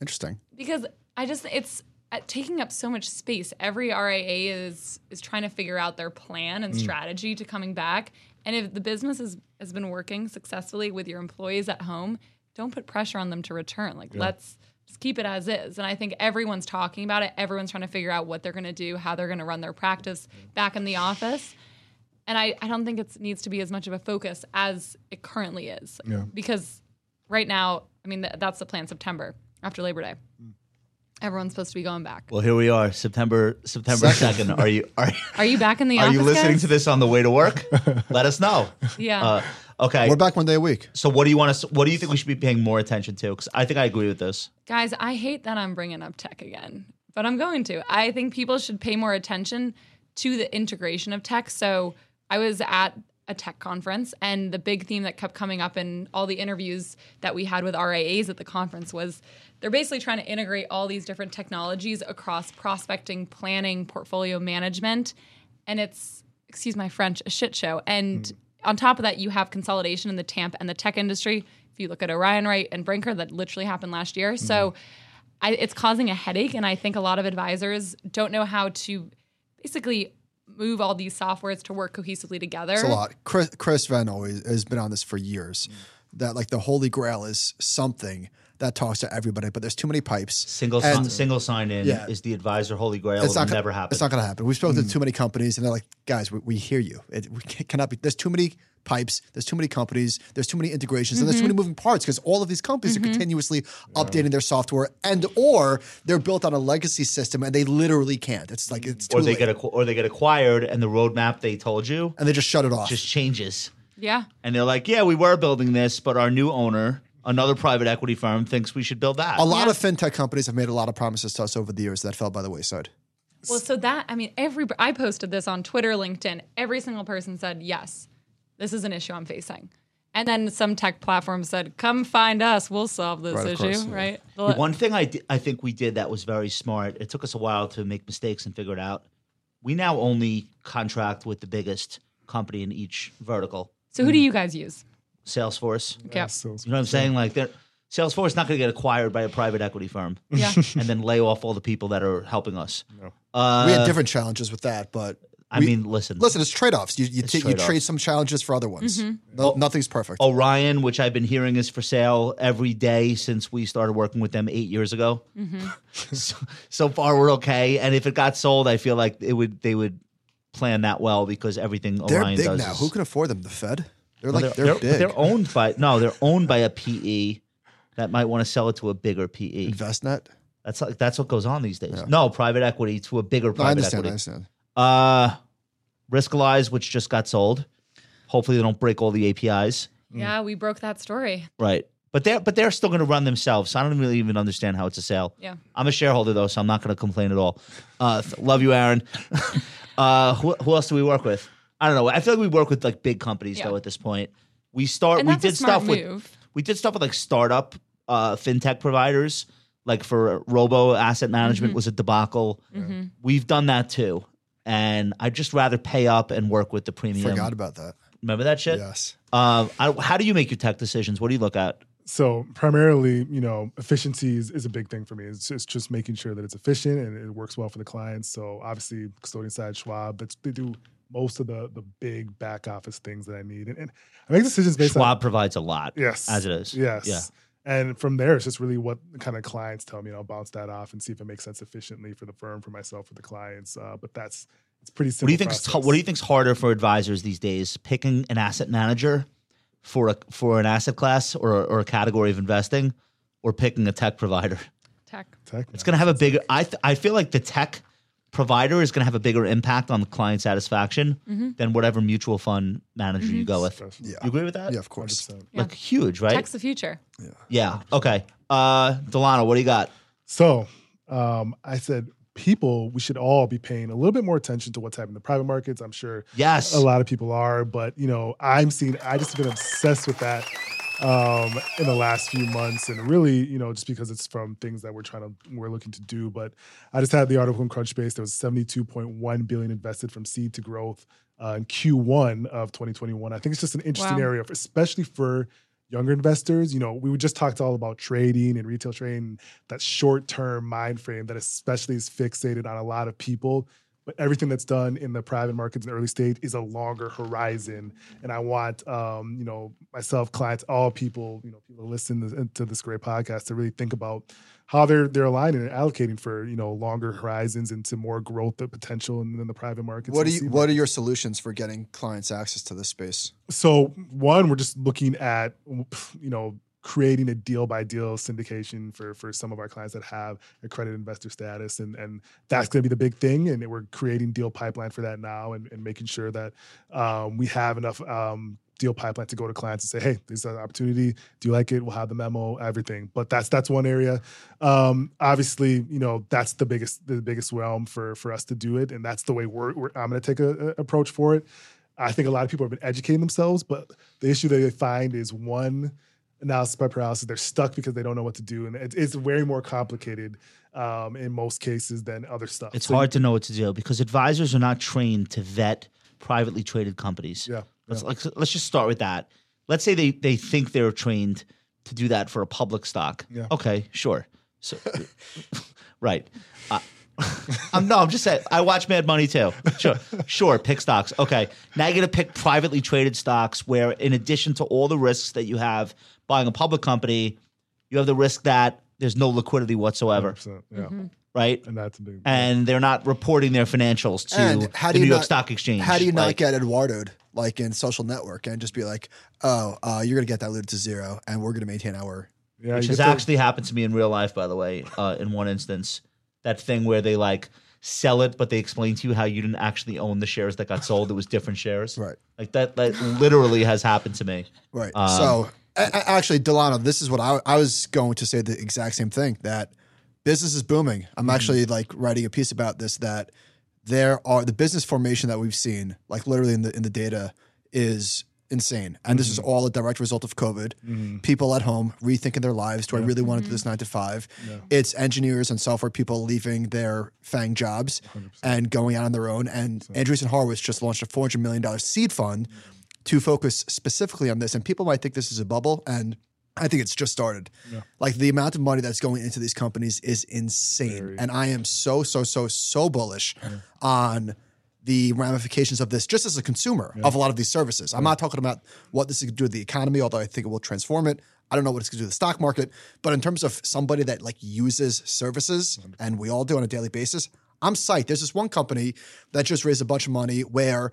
S6: Interesting.
S2: because I just it's uh, taking up so much space. Every RIA is is trying to figure out their plan and strategy to coming back. And if the business is, has been working successfully with your employees at home, don't put pressure on them to return. Like let's just keep it as is. And I think everyone's talking about it. Everyone's trying to figure out what they're going to do, how they're going to run their practice back in the office. And I, I don't think it needs to be as much of a focus as it currently is. Because right now, I mean, th- that's the plan September after Labor Day. Everyone's supposed to be going back.
S1: Well, here we are, September September second. Are you are
S2: Are you back in the
S1: are
S2: office?
S1: you listening
S2: guys?
S1: to this on the way to work? Let us know.
S2: Yeah.
S1: Uh, okay.
S6: We're back one day a week.
S1: So what do you want to? What do you think we should be paying more attention to? Because I think I agree with this.
S2: Guys, I hate that I'm bringing up tech again, but I'm going to. I think people should pay more attention to the integration of tech. So I was at a tech conference, and the big theme that kept coming up in all the interviews that we had with RIAs at the conference was they're basically trying to integrate all these different technologies across prospecting, planning, portfolio management. And it's, excuse my French, a shit show. And on top of that, you have consolidation in the TAMP and the tech industry. If you look at Orion Wright and Brinker, that literally happened last year. So
S6: Mm-hmm.
S2: I, it's causing a headache. And I think a lot of advisors don't know how to basically move all these softwares to work cohesively together.
S6: It's a lot. Chris, Chris Venno is, has been on this for
S1: Mm.
S6: years. That like the holy grail is something that talks to everybody, but there's too many pipes.
S1: Single
S6: And-
S1: si- single sign in
S6: Yeah.
S1: is the advisor holy grail. It'll
S6: gonna-
S1: never happen. Mm.
S6: It's not going to happen. We've spoken to too many companies, and they're like, guys, we, we hear you. It we ca- cannot be. There's too many pipes. There's too many companies. There's too many integrations, and there's too
S1: Mm-hmm.
S6: many moving parts because all of these companies are continuously updating their software, and or they're built on a legacy system, and they literally can't. It's like it's too
S1: or they
S6: late.
S1: get acqu- or they get acquired, and the roadmap they told you
S6: and they just shut it off.
S1: just changes.
S2: Yeah.
S1: And they're like, yeah, we were building this, but our new owner, another private equity firm, thinks we should build that.
S6: a lot
S2: Yeah.
S6: of fintech companies have made a lot of promises to us over the years that fell by the wayside.
S2: Well, so that I mean, every I posted this on Twitter, LinkedIn. Every single person said, "Yes, this is an issue I'm facing." And then some tech platform said, "Come find us. We'll solve this
S6: Right, of
S2: issue."
S6: course, yeah.
S2: Right?
S1: The One thing I, di- I think we did that was very smart. It took us a while to make mistakes and figure it out. We now only contract with the biggest company in each vertical.
S2: so who do you guys use?
S1: Salesforce.
S2: Yeah.
S3: So it's-
S1: You know what I'm saying? Like they're- Salesforce is not going to get acquired by a private equity firm
S2: Yeah.
S1: and then lay off all the people that are helping us. Uh,
S6: we had different challenges with that, but
S1: I
S6: we-
S1: mean, listen.
S6: listen, it's trade offs. You you,
S1: It's
S6: t- you
S1: trade-offs. oh,
S6: trade some challenges for other ones. No- nothing's perfect.
S1: Orion, which I've been hearing is for sale every day since we started working with them eight years ago. so, so far, we're okay. And if it got sold, I feel like it would they would plan that well because everything
S6: They're
S1: Orion
S6: big
S1: does.
S6: now.
S1: is-
S6: Who can afford them? The Fed? They're
S1: Well,
S6: like
S1: they're,
S6: they're,
S1: they're-
S6: big.
S1: they're owned by no, they're owned by a PE that might want to sell it to a bigger PE.
S6: InvestNet.
S1: That's like that's what goes on these days. No private equity to a bigger
S6: No, I
S1: private
S6: understand. I
S1: equity.
S6: understand.
S1: Uh, Riskalyze, which just got sold. Hopefully, they don't break all the APIs.
S2: yeah, we broke that story.
S1: Right. But they're but they're still going to run themselves. So I don't really even understand how it's a sale.
S2: Yeah.
S1: I'm a shareholder though, so I'm not going to complain at all. Uh, th- love you, Aaron. uh, who, who else do we work with? I don't know. I feel like we work with like big companies
S2: Yeah.
S1: though. At this point, we start.
S2: And
S1: we
S2: that's a
S1: did
S2: smart
S1: stuff with
S2: move.
S1: we did stuff with like startup uh, fintech providers, like for robo asset
S2: Mm-hmm.
S1: management was a debacle. We've done that too, and I'd just rather pay up and work with the premium.
S6: Forgot about that.
S1: Remember that shit?
S6: Yes.
S1: Uh, I, how do you make your tech decisions? What do you look at?
S3: so primarily, you know, efficiency is, is a big thing for me. It's just, it's just making sure that it's efficient and it works well for the clients. So obviously, custodian side Schwab, that's, they do most of the the big back office things that I need, and, and I make decisions based on
S1: Schwab provides a lot.
S3: Yes.
S1: as it is.
S3: Yes.
S1: Yeah.
S3: And from there, it's just really what kind of clients tell me, and I'll bounce that off and see if it makes sense efficiently for the firm, for myself, for the clients. Uh, but that's it's pretty simple.
S1: What do you think's t- what do you think's harder for advisors these days? Picking an asset manager for a for an asset class or or a category of investing or picking a tech provider.
S2: Tech.
S3: Tech.
S1: It's going to have a bigger. I th- I feel like the tech provider is going to have a bigger impact on the client satisfaction than whatever mutual fund manager you go with.
S3: Definitely.
S1: You agree with that?
S6: Yeah, of course.
S1: Like huge, right?
S2: Tech's the future.
S1: Yeah. Okay. Uh, Delano, what do you got?
S3: So um, I said, people, we should all be paying a little bit more attention to what's happening in the private markets. I'm sure
S1: Yes.
S3: a lot of people are, but you know, I'm seeing. I just have been obsessed with that um, in the last few months, and really, you know, just because it's from things that we're trying to, we're looking to do. But I just had the article in Crunchbase. There was 72.1 billion invested from seed to growth uh, in Q1 of 2021. I think it's just an interesting
S2: Wow.
S3: area, for, especially for younger investors. You know, we just talked all about trading and retail trading, that short term mind frame that especially is fixated on a lot of people but everything that's done in the private markets in the early stage is a longer horizon. And I want, um, you know, myself, clients, all people, you know, people who listen to, to this great podcast to really think about how they're they're aligning and allocating for you know longer horizons into more growth of potential in, in the private markets.
S6: What are
S3: We see
S6: you, what are your solutions for getting clients access to this space?
S3: so one we're just looking at you know creating a deal by deal syndication for for some of our clients that have accredited investor status and and that's going to be the big thing and we're creating deal pipeline for that now and, and making sure that um, we have enough um, deal pipeline to go to clients and say hey this is an opportunity do you like it we'll have the memo everything but that's that's one area um, obviously you know that's the biggest the biggest realm for for us to do it and that's the way we're, we're i'm going to take a, a approach for it I think a lot of people have been educating themselves, but the issue that they find is one analysis by paralysis. They're stuck because they don't know what to do, and it, it's way more complicated um, in most cases than other stuff.
S1: It's
S3: So-
S1: hard to know what to do because advisors are not trained to vet privately traded companies.
S3: Yeah,
S1: Let's like, let's just start with that. Let's say they they think they're trained to do that for a public stock.
S3: Yeah.
S1: Okay, sure. So, right. Uh, I'm no. I'm just saying. I watch Mad Money too. Sure, sure. Pick stocks. Okay. Now you're gonna pick privately traded stocks, where in addition to all the risks that you have buying a public company, you have the risk that there's no liquidity whatsoever.
S3: 100%, yeah,
S1: Right
S3: and that's a big.
S1: and they're not reporting their financials to
S6: And how do
S1: the
S6: you
S1: New York
S6: not-
S1: Stock Exchange.
S6: How do you not
S1: Like,
S6: get Eduardoed like in social network and just be like, oh, uh, you're gonna get diluted to zero, and we're gonna maintain our
S3: yeah,
S1: Which
S3: you
S1: has
S3: get the-
S1: actually happened to me in real life, by the way, uh, in one instance. That thing where they like sell it, but they explain to you how you didn't actually own the shares that got sold. It was different shares.
S6: Right.
S1: Like that, that literally has happened to me.
S6: Right.
S1: Um,
S6: so, a- a- actually, Delano, this is what I, I was going to say the exact same thing that business is booming. I'm actually like writing a piece about this that there are the business formation that we've seen, like literally in the in the data, is insane. And this is all a direct result of COVID. People at home rethinking their lives. Do I really want to do this nine to five? It's engineers and software people leaving their fang jobs and going out on their own. And Andreessen Horowitz just launched a four hundred million dollar seed fund to focus specifically on this. And people might think this is a bubble, and I think it's just started. Like the amount of money that's going into these companies is insane. And I am so, so, so, so bullish on the ramifications of this just as a consumer of a lot of these services. I'm not talking about what this is going to do to the economy, although I think it will transform it. I don't know what it's going to do to the stock market, but in terms of somebody that like uses services and we all do on a daily basis, I'm psyched. There's this one company that just raised a bunch of money where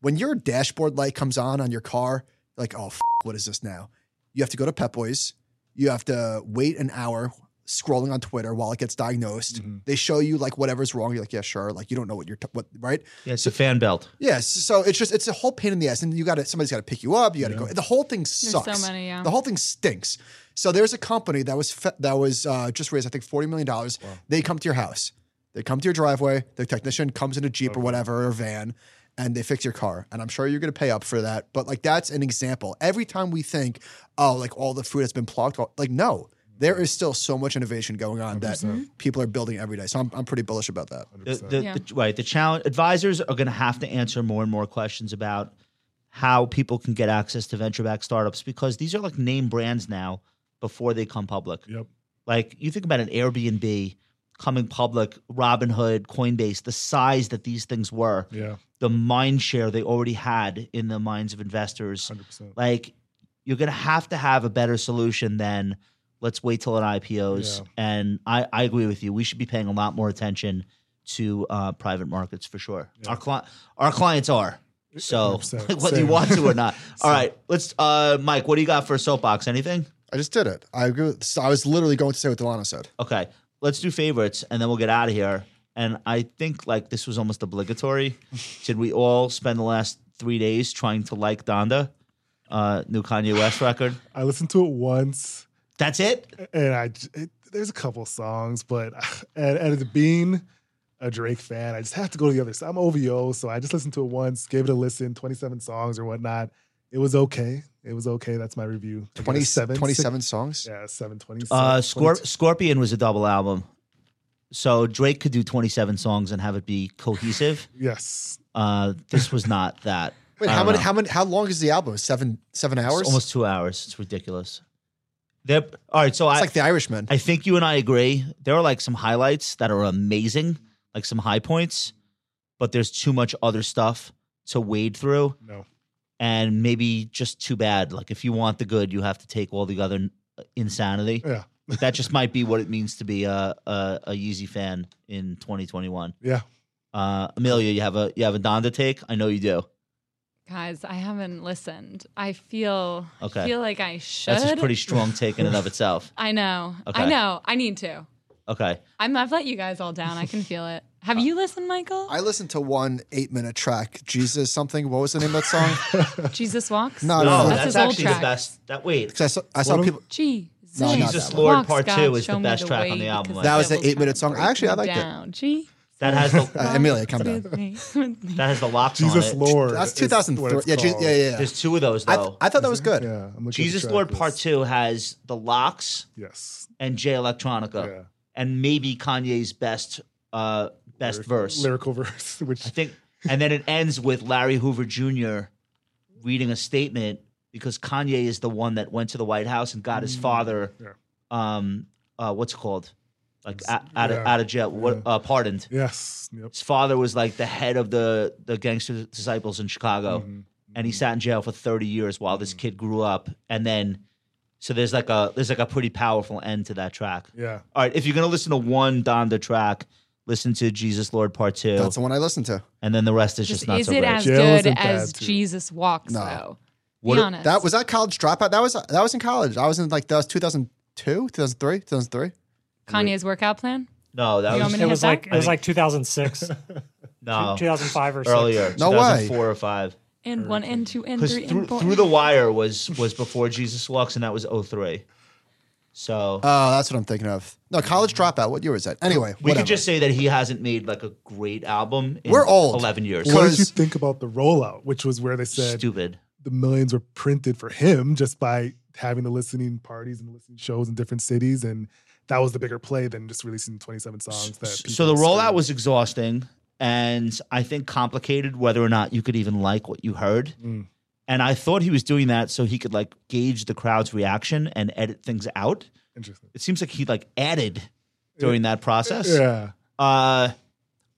S6: when your dashboard light comes on on your car, like, oh, f- what is this now? You have to go to Pep Boys. You have to wait an hour scrolling on Twitter while it gets diagnosed. They show you like whatever's wrong. You're like, yeah, sure. Like you don't know what you're t- what right.
S1: Yeah, it's a fan belt.
S6: Yes. so it's just it's a whole pain in the ass, and you got to somebody's got to pick you up. You got to go. The whole thing
S2: so
S6: sucks.
S2: many, yeah.
S6: The whole thing stinks. So there's a company that was fe- that was uh, just raised, I think, forty million dollars. They come to your house. They come to your driveway. The technician comes in a jeep or whatever or van, and they fix your car. And I'm sure you're going to pay up for that. But like that's an example. Every time we think, oh, like all the food has been plucked, all- like no. There is still so much innovation going on that people are building every day. So I'm, I'm pretty bullish about that.
S1: The, the,
S2: Yeah.
S1: the- right. The challenge advisors are going to have to answer more and more questions about how people can get access to venture backed startups because these are like name brands now before they come public.
S3: Yep.
S1: Like you think about an Airbnb coming public, Robinhood, Coinbase, the size that these things were,
S3: Yeah,
S1: the mind share they already had in the minds of investors.
S3: hundred percent.
S1: Like you're gonna have to have a better solution than let's wait till it IPOs.
S3: Yeah.
S1: And I, I agree with you. We should be paying a lot more attention to uh, private markets for sure. Our cli- our clients are. So
S3: 100%,
S1: whether you
S3: same.
S1: want to or not. All right, let's. Uh, Mike, what do you got for soapbox? Anything?
S6: I just did it. I agree. With, so I was literally going to say what Delano said.
S1: Okay, let's do favorites, and then we'll get out of here. And I think like this was almost obligatory. Should we all spend the last three days trying to like Donda, uh, new Kanye West record?
S3: I listened to it once,
S1: That's it.
S3: and I j- it, there's a couple songs, but and, and as being a Drake fan, I just have to go to the other side. I'm OVO, so I just listened to it once, gave it a listen, 27 songs or whatnot. It was okay. It was okay. That's my review. I gave it a
S6: 20,
S3: seven,
S6: 27 songs.
S3: six- yeah, seven twenty.
S1: Uh, Scorp- Scorpion was a double album, so Drake could do twenty-seven songs and have it be cohesive.
S3: Yes,
S1: Uh, this was not that.
S6: Wait,
S1: I
S6: how
S1: don't
S6: many?
S1: know.
S6: How many? How long is the album? Seven seven hours.
S1: It's almost two hours. It's ridiculous. They're, all right, so I,
S6: It's like The Irishman.
S1: I think you and I agree. There are like some highlights that are amazing, like some high points, but there's too much other stuff to wade through,
S3: no.
S1: and maybe just too bad. Like if you want the good, you have to take all the other n- uh, insanity.
S3: Yeah.
S1: Like, that just might be what it means to be a a, a Yeezy fan in 2021.
S3: Yeah.
S1: Uh, Amelia, you have a you have a Donda take. I know you do.
S2: Guys, I haven't listened. I feel
S1: Okay.
S2: I feel like I should.
S1: That's a pretty strong take in and of itself.
S2: I know.
S1: Okay.
S2: I know. I need to.
S1: Okay.
S2: I'm, I've let you guys all down. I can feel it. Have you listened, Michael?
S6: I listened to one eight minute track, Jesus something. What was the name of that song?
S2: Jesus walks.
S6: No, no,
S1: No,
S6: no.
S2: Oh, that's,
S1: that's
S2: his old
S1: actually the
S2: track.
S1: best. That wait,
S6: 'Cause I saw, I saw
S3: What
S6: people.
S2: Jesus,
S6: No, not
S1: Jesus
S6: that
S1: Lord
S2: walks,
S1: Part
S2: God,
S1: Two is
S2: show
S1: the
S2: me
S1: best track on
S2: way,
S1: the album,
S2: because
S1: I
S6: That was
S2: devil
S6: the eight-minute
S2: tried to
S6: song.
S2: break
S6: Actually, I
S2: me
S6: liked it.
S2: down. Gee.
S1: That has the-
S6: Uh, Amelia, calm down.
S2: With me, with me.
S1: that has the locks
S3: Jesus
S1: on it.
S3: Lord.
S6: That's
S3: is what
S6: 2003.
S3: it's
S6: Yeah, Je-
S3: called. Mm-hmm.
S6: yeah, yeah, yeah.
S1: There's two of those
S6: I,
S1: though.
S6: I thought that was good.
S3: Yeah, I'm looking at the
S1: Jesus
S3: track
S1: Lord
S3: list.
S1: Part Two has the locks
S3: Yes.
S1: and J Electronica,
S3: Yeah.
S1: and maybe Kanye's best uh best
S3: Lyric-
S1: verse.
S3: Lyrical verse, which
S1: I think, and then it ends with Larry Hoover Jr. reading a statement because Kanye is the one that went to the White House and got his father,
S3: Mm. Yeah.
S1: um, uh, what's it called, like out, out of
S3: yeah.
S1: out of jail, what, uh, pardoned.
S3: Yes. Yep.
S1: His father was like the head of the the gangster disciples in Chicago,
S3: Mm-hmm.
S1: and he sat in jail for thirty years while this kid grew up, and then. So there's like a there's like a pretty powerful end to that track.
S3: Yeah.
S1: All right, if you're gonna listen to one Donda track, listen to Jesus Lord Part Two
S6: That's the one I listened to.
S1: and then the rest is just,
S2: Just,
S1: not
S2: is
S1: so
S2: it
S1: great.
S2: as
S3: Jail
S2: good
S3: isn't bad,
S2: as
S3: too.
S2: Jesus walks
S6: No.
S2: though?
S1: What-
S2: Be honest.
S6: That was that college dropout. That was that was in college. I was in like that was 2002, 2003, 2003.
S2: Kanye's workout plan.
S1: no, that
S2: You
S1: was
S2: want me to
S5: It
S2: hit
S5: was
S2: that?
S5: like it was like 2006,
S1: no
S5: 2005 or
S1: Oh. earlier.
S6: No way.
S1: 2004 or five.
S2: And one and two and
S1: Because
S2: three
S1: through,
S2: and four.
S1: through the wire was was before Jesus walks, and that was 03. So
S6: Oh, that's what I'm thinking of. No, college dropout. What year was that? Anyway,
S1: we
S6: whatever.
S1: could just say that he hasn't made like a great album. In
S6: We're old.
S1: 11 years.
S6: We're
S3: What did you
S6: Because-
S3: think about the rollout, which was where they said
S1: Stupid.
S3: the millions were printed for him just by having the listening parties and listening shows in different cities, and that was the bigger play than just releasing 27 songs. That
S1: So
S3: people
S1: the rollout
S3: screamed.
S1: was exhausting, and I think complicated whether or not you could even like what you heard.
S3: Mm.
S1: And I thought he was doing that so he could like gauge the crowd's reaction and edit things out.
S3: interesting.
S1: It seems like he like added during that process.
S3: Yeah,
S1: uh,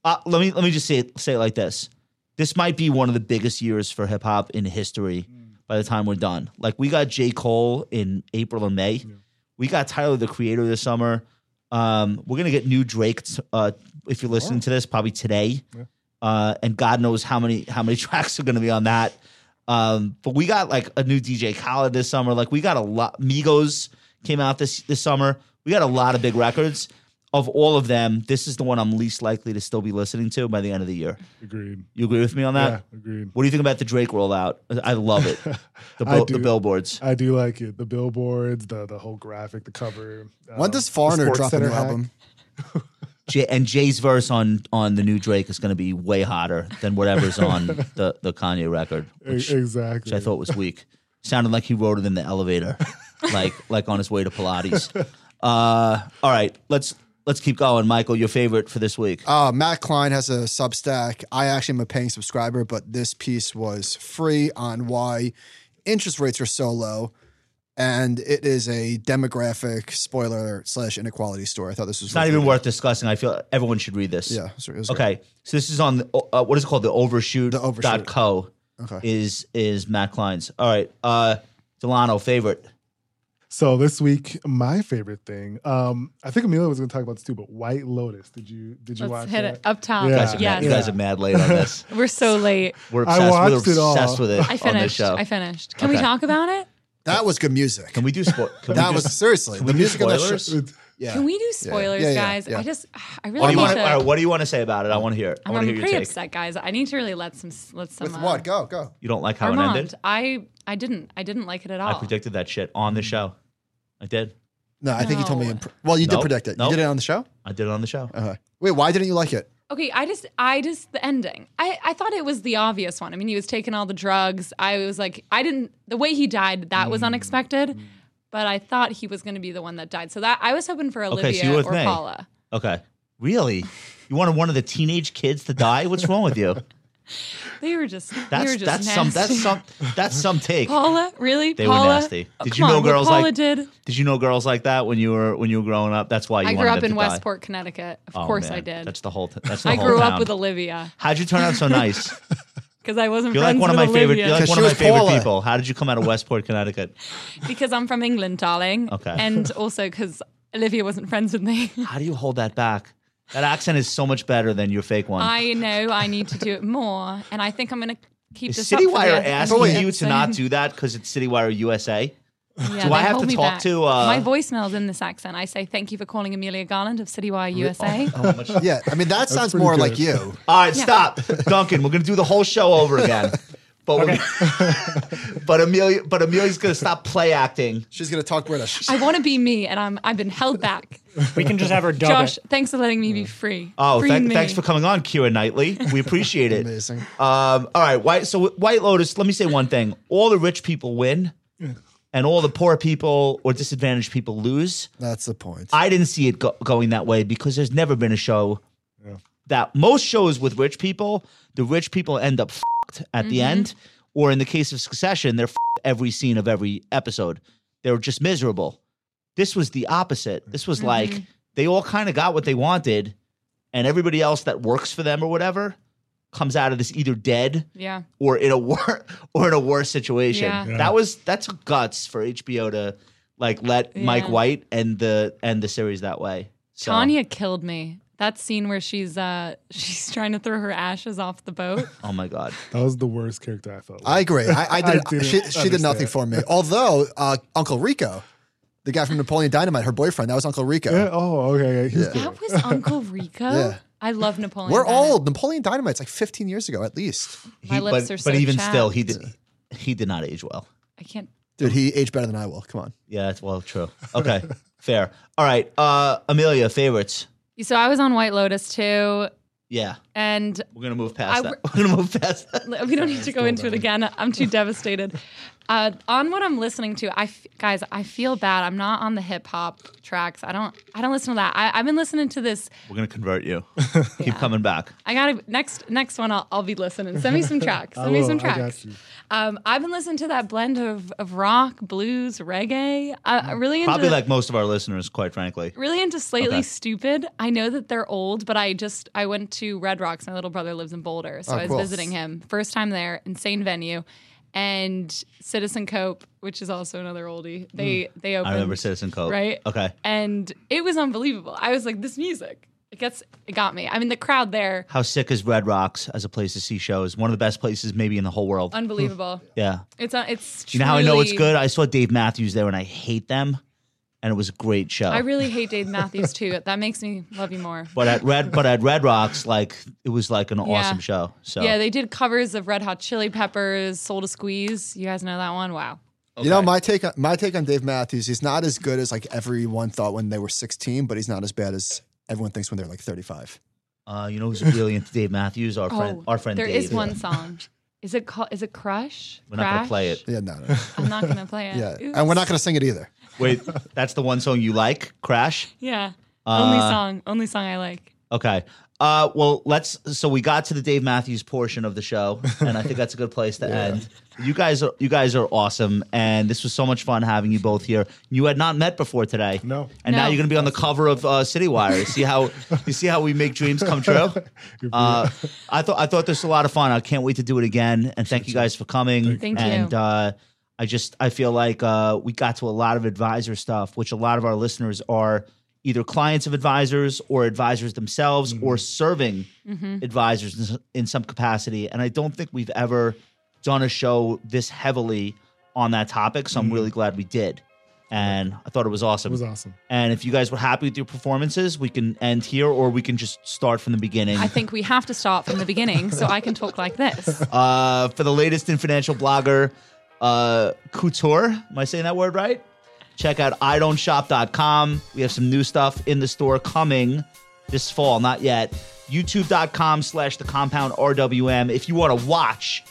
S1: uh, let me let me just say it, say it like this: This might be one of the biggest years for hip hop in history. By the time we're done, like we got J Cole in April and May, we got Tyler the Creator this summer. Um, we're gonna get new Drake. t- Uh, if you're listening to this, probably today, uh, and God knows how many how many tracks are gonna be on that. Um, but we got like a new DJ Khaled this summer. Like we got a lot. Migos came out this this summer. We got a lot of big records. Of all of them, this is the one I'm least likely to still be listening to by the end of the year.
S3: agreed.
S1: You agree with me on that?
S3: Yeah, agreed.
S1: What do you think about the Drake rollout? I love it. The,
S3: I
S1: bill
S3: do.
S1: the billboards.
S3: I do like it. The billboards, the the whole graphic, the cover.
S6: when
S3: um,
S6: does
S3: the
S6: Foreigner
S3: Sports
S6: drop a new
S3: Center hack.
S6: album?
S1: Jay, and Jay's verse on on the new Drake is going to be way hotter than whatever's on the, the Kanye record,
S3: E-
S1: which, which
S3: exactly.
S1: I thought was weak. Sounded like he wrote it in the elevator, like like on his way to Pilates. Uh, all right, let's let's keep going. Michael, your favorite for this week?
S6: Uh, Matt Klein has a Substack. I actually am a paying subscriber, but this piece was free on why interest rates are so low, and it is a demographic spoiler slash inequality story. I thought this was
S1: it's not even worth discussing. I feel everyone should read this.
S6: Yeah, sorry, it was great.
S1: Okay, so this is on the, uh, what is it called? The Overshoot.
S6: The Overshoot.
S1: Dot co
S6: Okay.
S1: is is Matt Klein's. All right, uh, Delano favorite.
S3: So this week, my favorite thing. Um, I think Amelia was going to talk about this too, but White Lotus. Did you did you watch
S2: Let's hit
S3: that?
S2: it up top.
S1: You
S3: Yeah.
S1: guys are mad-
S2: Yes.
S1: you guys are mad late on this.
S2: We're so late.
S1: We're
S3: I
S1: obsessed. We're
S3: watched it all.
S1: obsessed with it
S2: I
S1: on this
S2: finished.
S1: show.
S2: I finished. Can we
S1: Okay.
S2: talk about it?
S6: That was good music.
S1: Can we do spo- can
S6: that
S1: we
S6: was
S1: just-
S6: seriously
S1: can
S6: the
S1: we do
S6: music of that
S1: spoilers?
S6: show.
S3: It-
S6: Yeah.
S2: Can we do spoilers,
S6: Yeah, yeah,
S2: guys?
S6: yeah.
S2: I just, I
S1: What do
S2: really
S1: you
S2: need
S1: want?
S2: to.
S1: all right, what do you want to say about it? I want to hear. it. I
S2: I'm,
S1: want
S2: I'm
S1: to hear your
S2: pretty
S1: take.
S2: upset, guys. I need to really let some let some.
S6: With
S2: uh,
S6: what? Go go.
S1: You don't like how it ended.
S2: Armand, Oh. I I didn't I didn't like it at all.
S1: I predicted that shit on
S6: Mm.
S1: the show. I did.
S6: No, I think you told me.
S2: No.
S6: In pr- well, you did
S1: Nope.
S6: predict it.
S1: Nope.
S6: You did it on the show.
S1: I did it on the show.
S6: Okay. Wait, why didn't you like it?
S2: Okay, I just, I just, the ending. I, I thought it was the obvious one. I mean, he was taking all the drugs. I was like, I didn't, the way he died, that
S1: Mm.
S2: was unexpected, but I thought he was going to be the one that died. So that, I was hoping for Olivia
S1: Okay, so you were with
S2: or
S1: me.
S2: Paula.
S1: Okay. Really? You wanted one of the teenage kids to die? What's wrong with you?
S2: They were just, they were
S1: That's
S2: just
S1: that's
S2: nasty.
S1: some that's some that's some take.
S2: Paula, really?
S1: They were
S2: Paula?
S1: nasty.
S2: Oh,
S1: Did
S2: come
S1: you know
S2: on, what
S1: girls
S2: Paula
S1: like-
S2: did?
S1: Did you know girls like that when you were when you were growing up? That's why you
S2: I grew
S1: wanted
S2: up
S1: them
S2: in
S1: to
S2: Westport, Connecticut. Of
S1: Die. Oh,
S2: course I
S1: man.
S2: did.
S1: That's the whole. T- that's the
S2: I
S1: whole
S2: grew
S1: town.
S2: up with Olivia
S1: How'd you turn out so nice?
S2: because I wasn't
S1: You're like
S2: friends
S1: one of my
S2: with
S1: favorite.
S2: Olivia
S1: You're like
S6: 'Cause
S1: one
S6: she
S1: of my
S6: was
S1: favorite
S6: Paula.
S1: people. How did you come out of Westport, Connecticut?
S2: because I'm from England, darling.
S1: Okay.
S2: And also because Olivia wasn't friends with me.
S1: How do you hold that back? That accent is so much better than your fake one.
S2: I know I need to do it more, and I think I'm going to keep
S1: is
S2: this.
S1: CityWire
S2: up for the-
S1: asking
S2: Yeah,
S1: you to
S2: so-
S1: not do that because it's CityWire USA?
S2: Yeah,
S1: do
S2: they
S1: I have
S2: hold
S1: to
S2: me
S1: talk
S2: back.
S1: to, uh,
S2: My voicemail's in this accent. I say thank you for calling Amelia Garland of
S1: Oh,
S2: CityWire USA.
S6: Yeah, I mean that sounds
S3: pretty
S6: more
S3: good.
S6: like you.
S1: All right, stop, Duncan. We're gonna do the whole show over again. But we're but Amelia, but Amelia's gonna stop play acting.
S6: She's gonna talk British.
S2: I want to be me, and I'm I've been held back.
S5: We can just have her dub
S2: Josh,
S5: it.
S2: thanks for letting me be free.
S1: Oh,
S2: free
S1: thank-
S2: me.
S1: thanks for coming on, Kira Knightley. We appreciate it.
S6: Amazing.
S1: Um, all right, White. So White Lotus. Let me say one thing: all the rich people win, and all the poor people or disadvantaged people lose.
S6: That's the point.
S1: I didn't see it go- going that way because there's never been a show that most shows with rich people, the rich people end up fucked at the end, or in the case of Succession, they're fucked every scene of every episode. They're just miserable. This was the opposite. This was like they all kind of got what they wanted, and everybody else that works for them or whatever comes out of this either dead
S2: yeah.
S1: or in a war or in a worse situation.
S2: Yeah.
S3: Yeah.
S1: That was that took guts for HBO to like let Mike
S2: Yeah.
S1: White end the end the series that way. So,
S2: Tanya killed me. That scene where she's uh she's trying to throw her ashes off the boat.
S1: Oh my god.
S3: That was the worst character I felt.
S6: I
S3: Like.
S6: agree. I, I
S3: I
S6: did.
S3: didn't
S6: she, she did nothing
S3: understand.
S6: for me. Although uh, Uncle Rico, the guy from Napoleon Dynamite, her boyfriend, that was Uncle Rico.
S3: Yeah, oh, okay. okay. He was cool.
S2: that was Uncle Rico.
S6: Yeah.
S2: I love Napoleon.
S6: We're
S2: Dynamite.
S6: old. Napoleon Dynamite's like 15 years ago at least.
S2: My
S1: He-
S2: lips
S1: but,
S2: are so
S1: but even
S2: chapped.
S1: still, he did he did not age well.
S2: I can't.
S6: Dude, he aged better than I will. Come on.
S1: Yeah, that's well true. Okay, fair. All right, uh, Amelia, favorites.
S2: So I was on White Lotus too,
S1: Yeah,
S2: and
S1: we're gonna move past
S2: I
S1: that.
S2: re-
S1: We're gonna move past that.
S2: we don't need to go into it again. I'm too devastated. Uh, on what I'm listening to, I f- guys, I feel bad. I'm not on the hip hop tracks. I don't. I don't listen to that. I, I've been listening to this.
S1: We're gonna convert you. Keep coming back.
S2: I gotta next next one. I'll, I'll be listening. Send me some tracks. Send me
S3: will.
S2: some
S3: I got
S2: tracks.
S3: you.
S2: Um, I've been listening to that blend of, of rock, blues, reggae. I, I really into
S1: Probably like most of our listeners, quite frankly.
S2: really into Slightly
S1: Okay.
S2: Stupid. I know that they're old, but I just I went to Red Rocks. My little brother lives in Boulder, so
S6: Oh,
S2: I was
S6: cool.
S2: visiting him first time there. Insane venue, and Citizen Cope, which is also another oldie. They they opened.
S1: Hmm. I remember Citizen Code.
S2: Right.
S1: Okay.
S2: and it was unbelievable. I was like, this music. It gets it got me. I mean, the crowd there,
S1: How sick is Red Rocks as a place to see shows? One of the best places maybe in the whole world.
S2: unbelievable.
S1: yeah.
S2: It's uh, it's.
S1: Hmm. You know how I know it's
S2: truly-
S1: good? I saw Dave Matthews there and I hate them. And it was a great show.
S2: I really hate Dave Matthews too. That makes me love you more.
S1: but at Red but at Red Rocks, like it was like an awesome show. So
S2: Yeah, they did covers of Red Hot Chili Peppers, Soul to Squeeze. You guys know that one? Wow.
S6: You know my take. On, my take on Dave Matthews. He's not as good as like everyone thought when they were 16, but he's not as bad as everyone thinks when they're like 35.
S1: uh, you know who's really into Dave Matthews? Our friend our friend
S2: Oh, There
S1: Dave.
S2: is one song. Is it called? Is it Crush?
S1: We're not gonna
S2: Crash?
S1: play it.
S6: Yeah, no, no.
S2: I'm not gonna play it.
S6: yeah,
S2: Oops.
S6: and we're not going to sing it either.
S1: Wait, that's the one song you like, Crash?
S2: Yeah.
S1: Uh,
S2: only song. Only song I like.
S1: Okay. Uh, well, let's. So we got to the Dave Matthews portion of the show, and I think that's a good place to end. You guys are you guys are awesome, and this was so much fun having you both here. You had not met before today,
S3: No.
S1: and now
S2: No.
S1: you're going to be on the cover of uh, City Wire. You see how you see how we make dreams come true. Uh, I thought I thought this was a lot of fun. I can't wait to do it again, and thank you guys for coming.
S2: Thank you.
S1: and, Uh, I just I feel like uh, we got to a lot of advisor stuff, which a lot of our listeners are either clients of advisors or advisors themselves or serving advisors in, s- in some capacity. And I don't think we've ever done a show this heavily on that topic. So I'm really glad we did. And I thought it was awesome.
S3: It was awesome.
S1: And if you guys were happy with your performances, we can end here or we can just start from the beginning.
S2: I think we have to start from the beginning so I can talk like this.
S1: Uh, for the latest in financial blogger, uh, Couture, am I saying that word right? Check out idon'tshop.com. We have some new stuff in the store coming this fall, not yet. YouTube.com slash the compound RWM. If you want to watch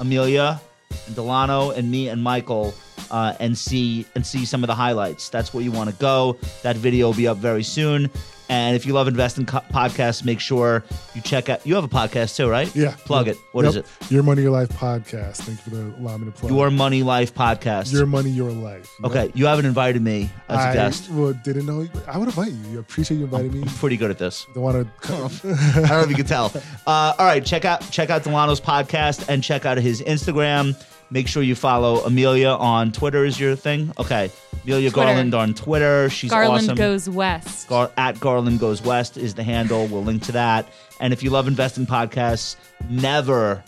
S1: Amelia and Delano and me and Michael uh, and see and see some of the highlights. That's where you want to go. That video will be up very soon. And if you love investing co- podcasts, make sure you check out. You have a podcast too, right?
S3: Yeah.
S1: Plug it. What is it?
S3: Your Money Your Life podcast. Thank you for the, allowing me to plug.
S1: Your Money Life podcast.
S3: Your Money Your Life. Yep.
S1: okay, you haven't invited me as a
S3: I
S1: guest.
S3: Well, didn't know. you- I would invite you. I appreciate you inviting me.
S1: I'm pretty good at this.
S3: Don't want to.
S1: I don't know if you can tell. Uh, all right, check out check out Delano's podcast and check out his Instagram. Make sure you follow Amelia on Twitter. Is your thing? Okay, Amelia
S2: Twitter.
S1: Garland on Twitter. She's
S2: Garland
S1: awesome.
S2: goes west.
S1: Gar- at Garland Goes West is the handle. We'll link to that. And if you love investing podcasts, never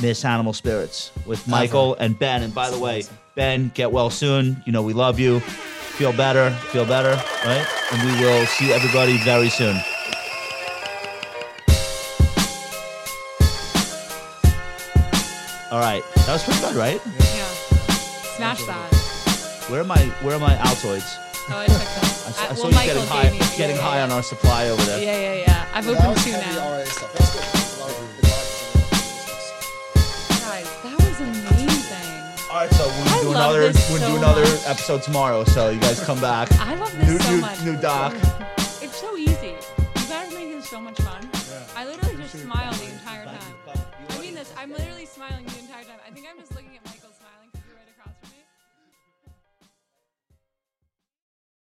S1: miss Animal Spirits with Michael and Ben. And by the way, Ben, get well soon. You know we love you. Feel better. Feel better. Right? And we will see everybody very soon. All right, that was pretty good, right?
S2: yeah. Smash that.
S1: Where are my where are my Altoids?
S2: Oh, I took them.
S1: I, s-
S2: Uh,
S1: I saw
S2: well,
S1: you
S2: Michael
S1: getting
S2: gave me.
S1: high, getting
S2: yeah,
S1: high
S2: yeah,
S1: on our supply over there.
S2: Yeah, yeah, yeah. I've
S6: That
S2: opened
S6: was
S2: two
S6: heavy
S2: now.
S6: RA stuff. That's good. I love it.
S2: Guys, that was amazing.
S1: All right, so
S2: I
S1: we'll do
S2: love
S1: another we'll
S2: this so
S1: do another
S2: much.
S1: episode tomorrow. So you guys come back.
S2: I love this
S1: New
S2: so
S1: new,
S2: much.
S1: new doc.
S2: It's so easy. You guys make this so much fun. I literally just smile the entire time. I mean this. I'm literally smiling the entire time. I think I'm just looking at Michael's.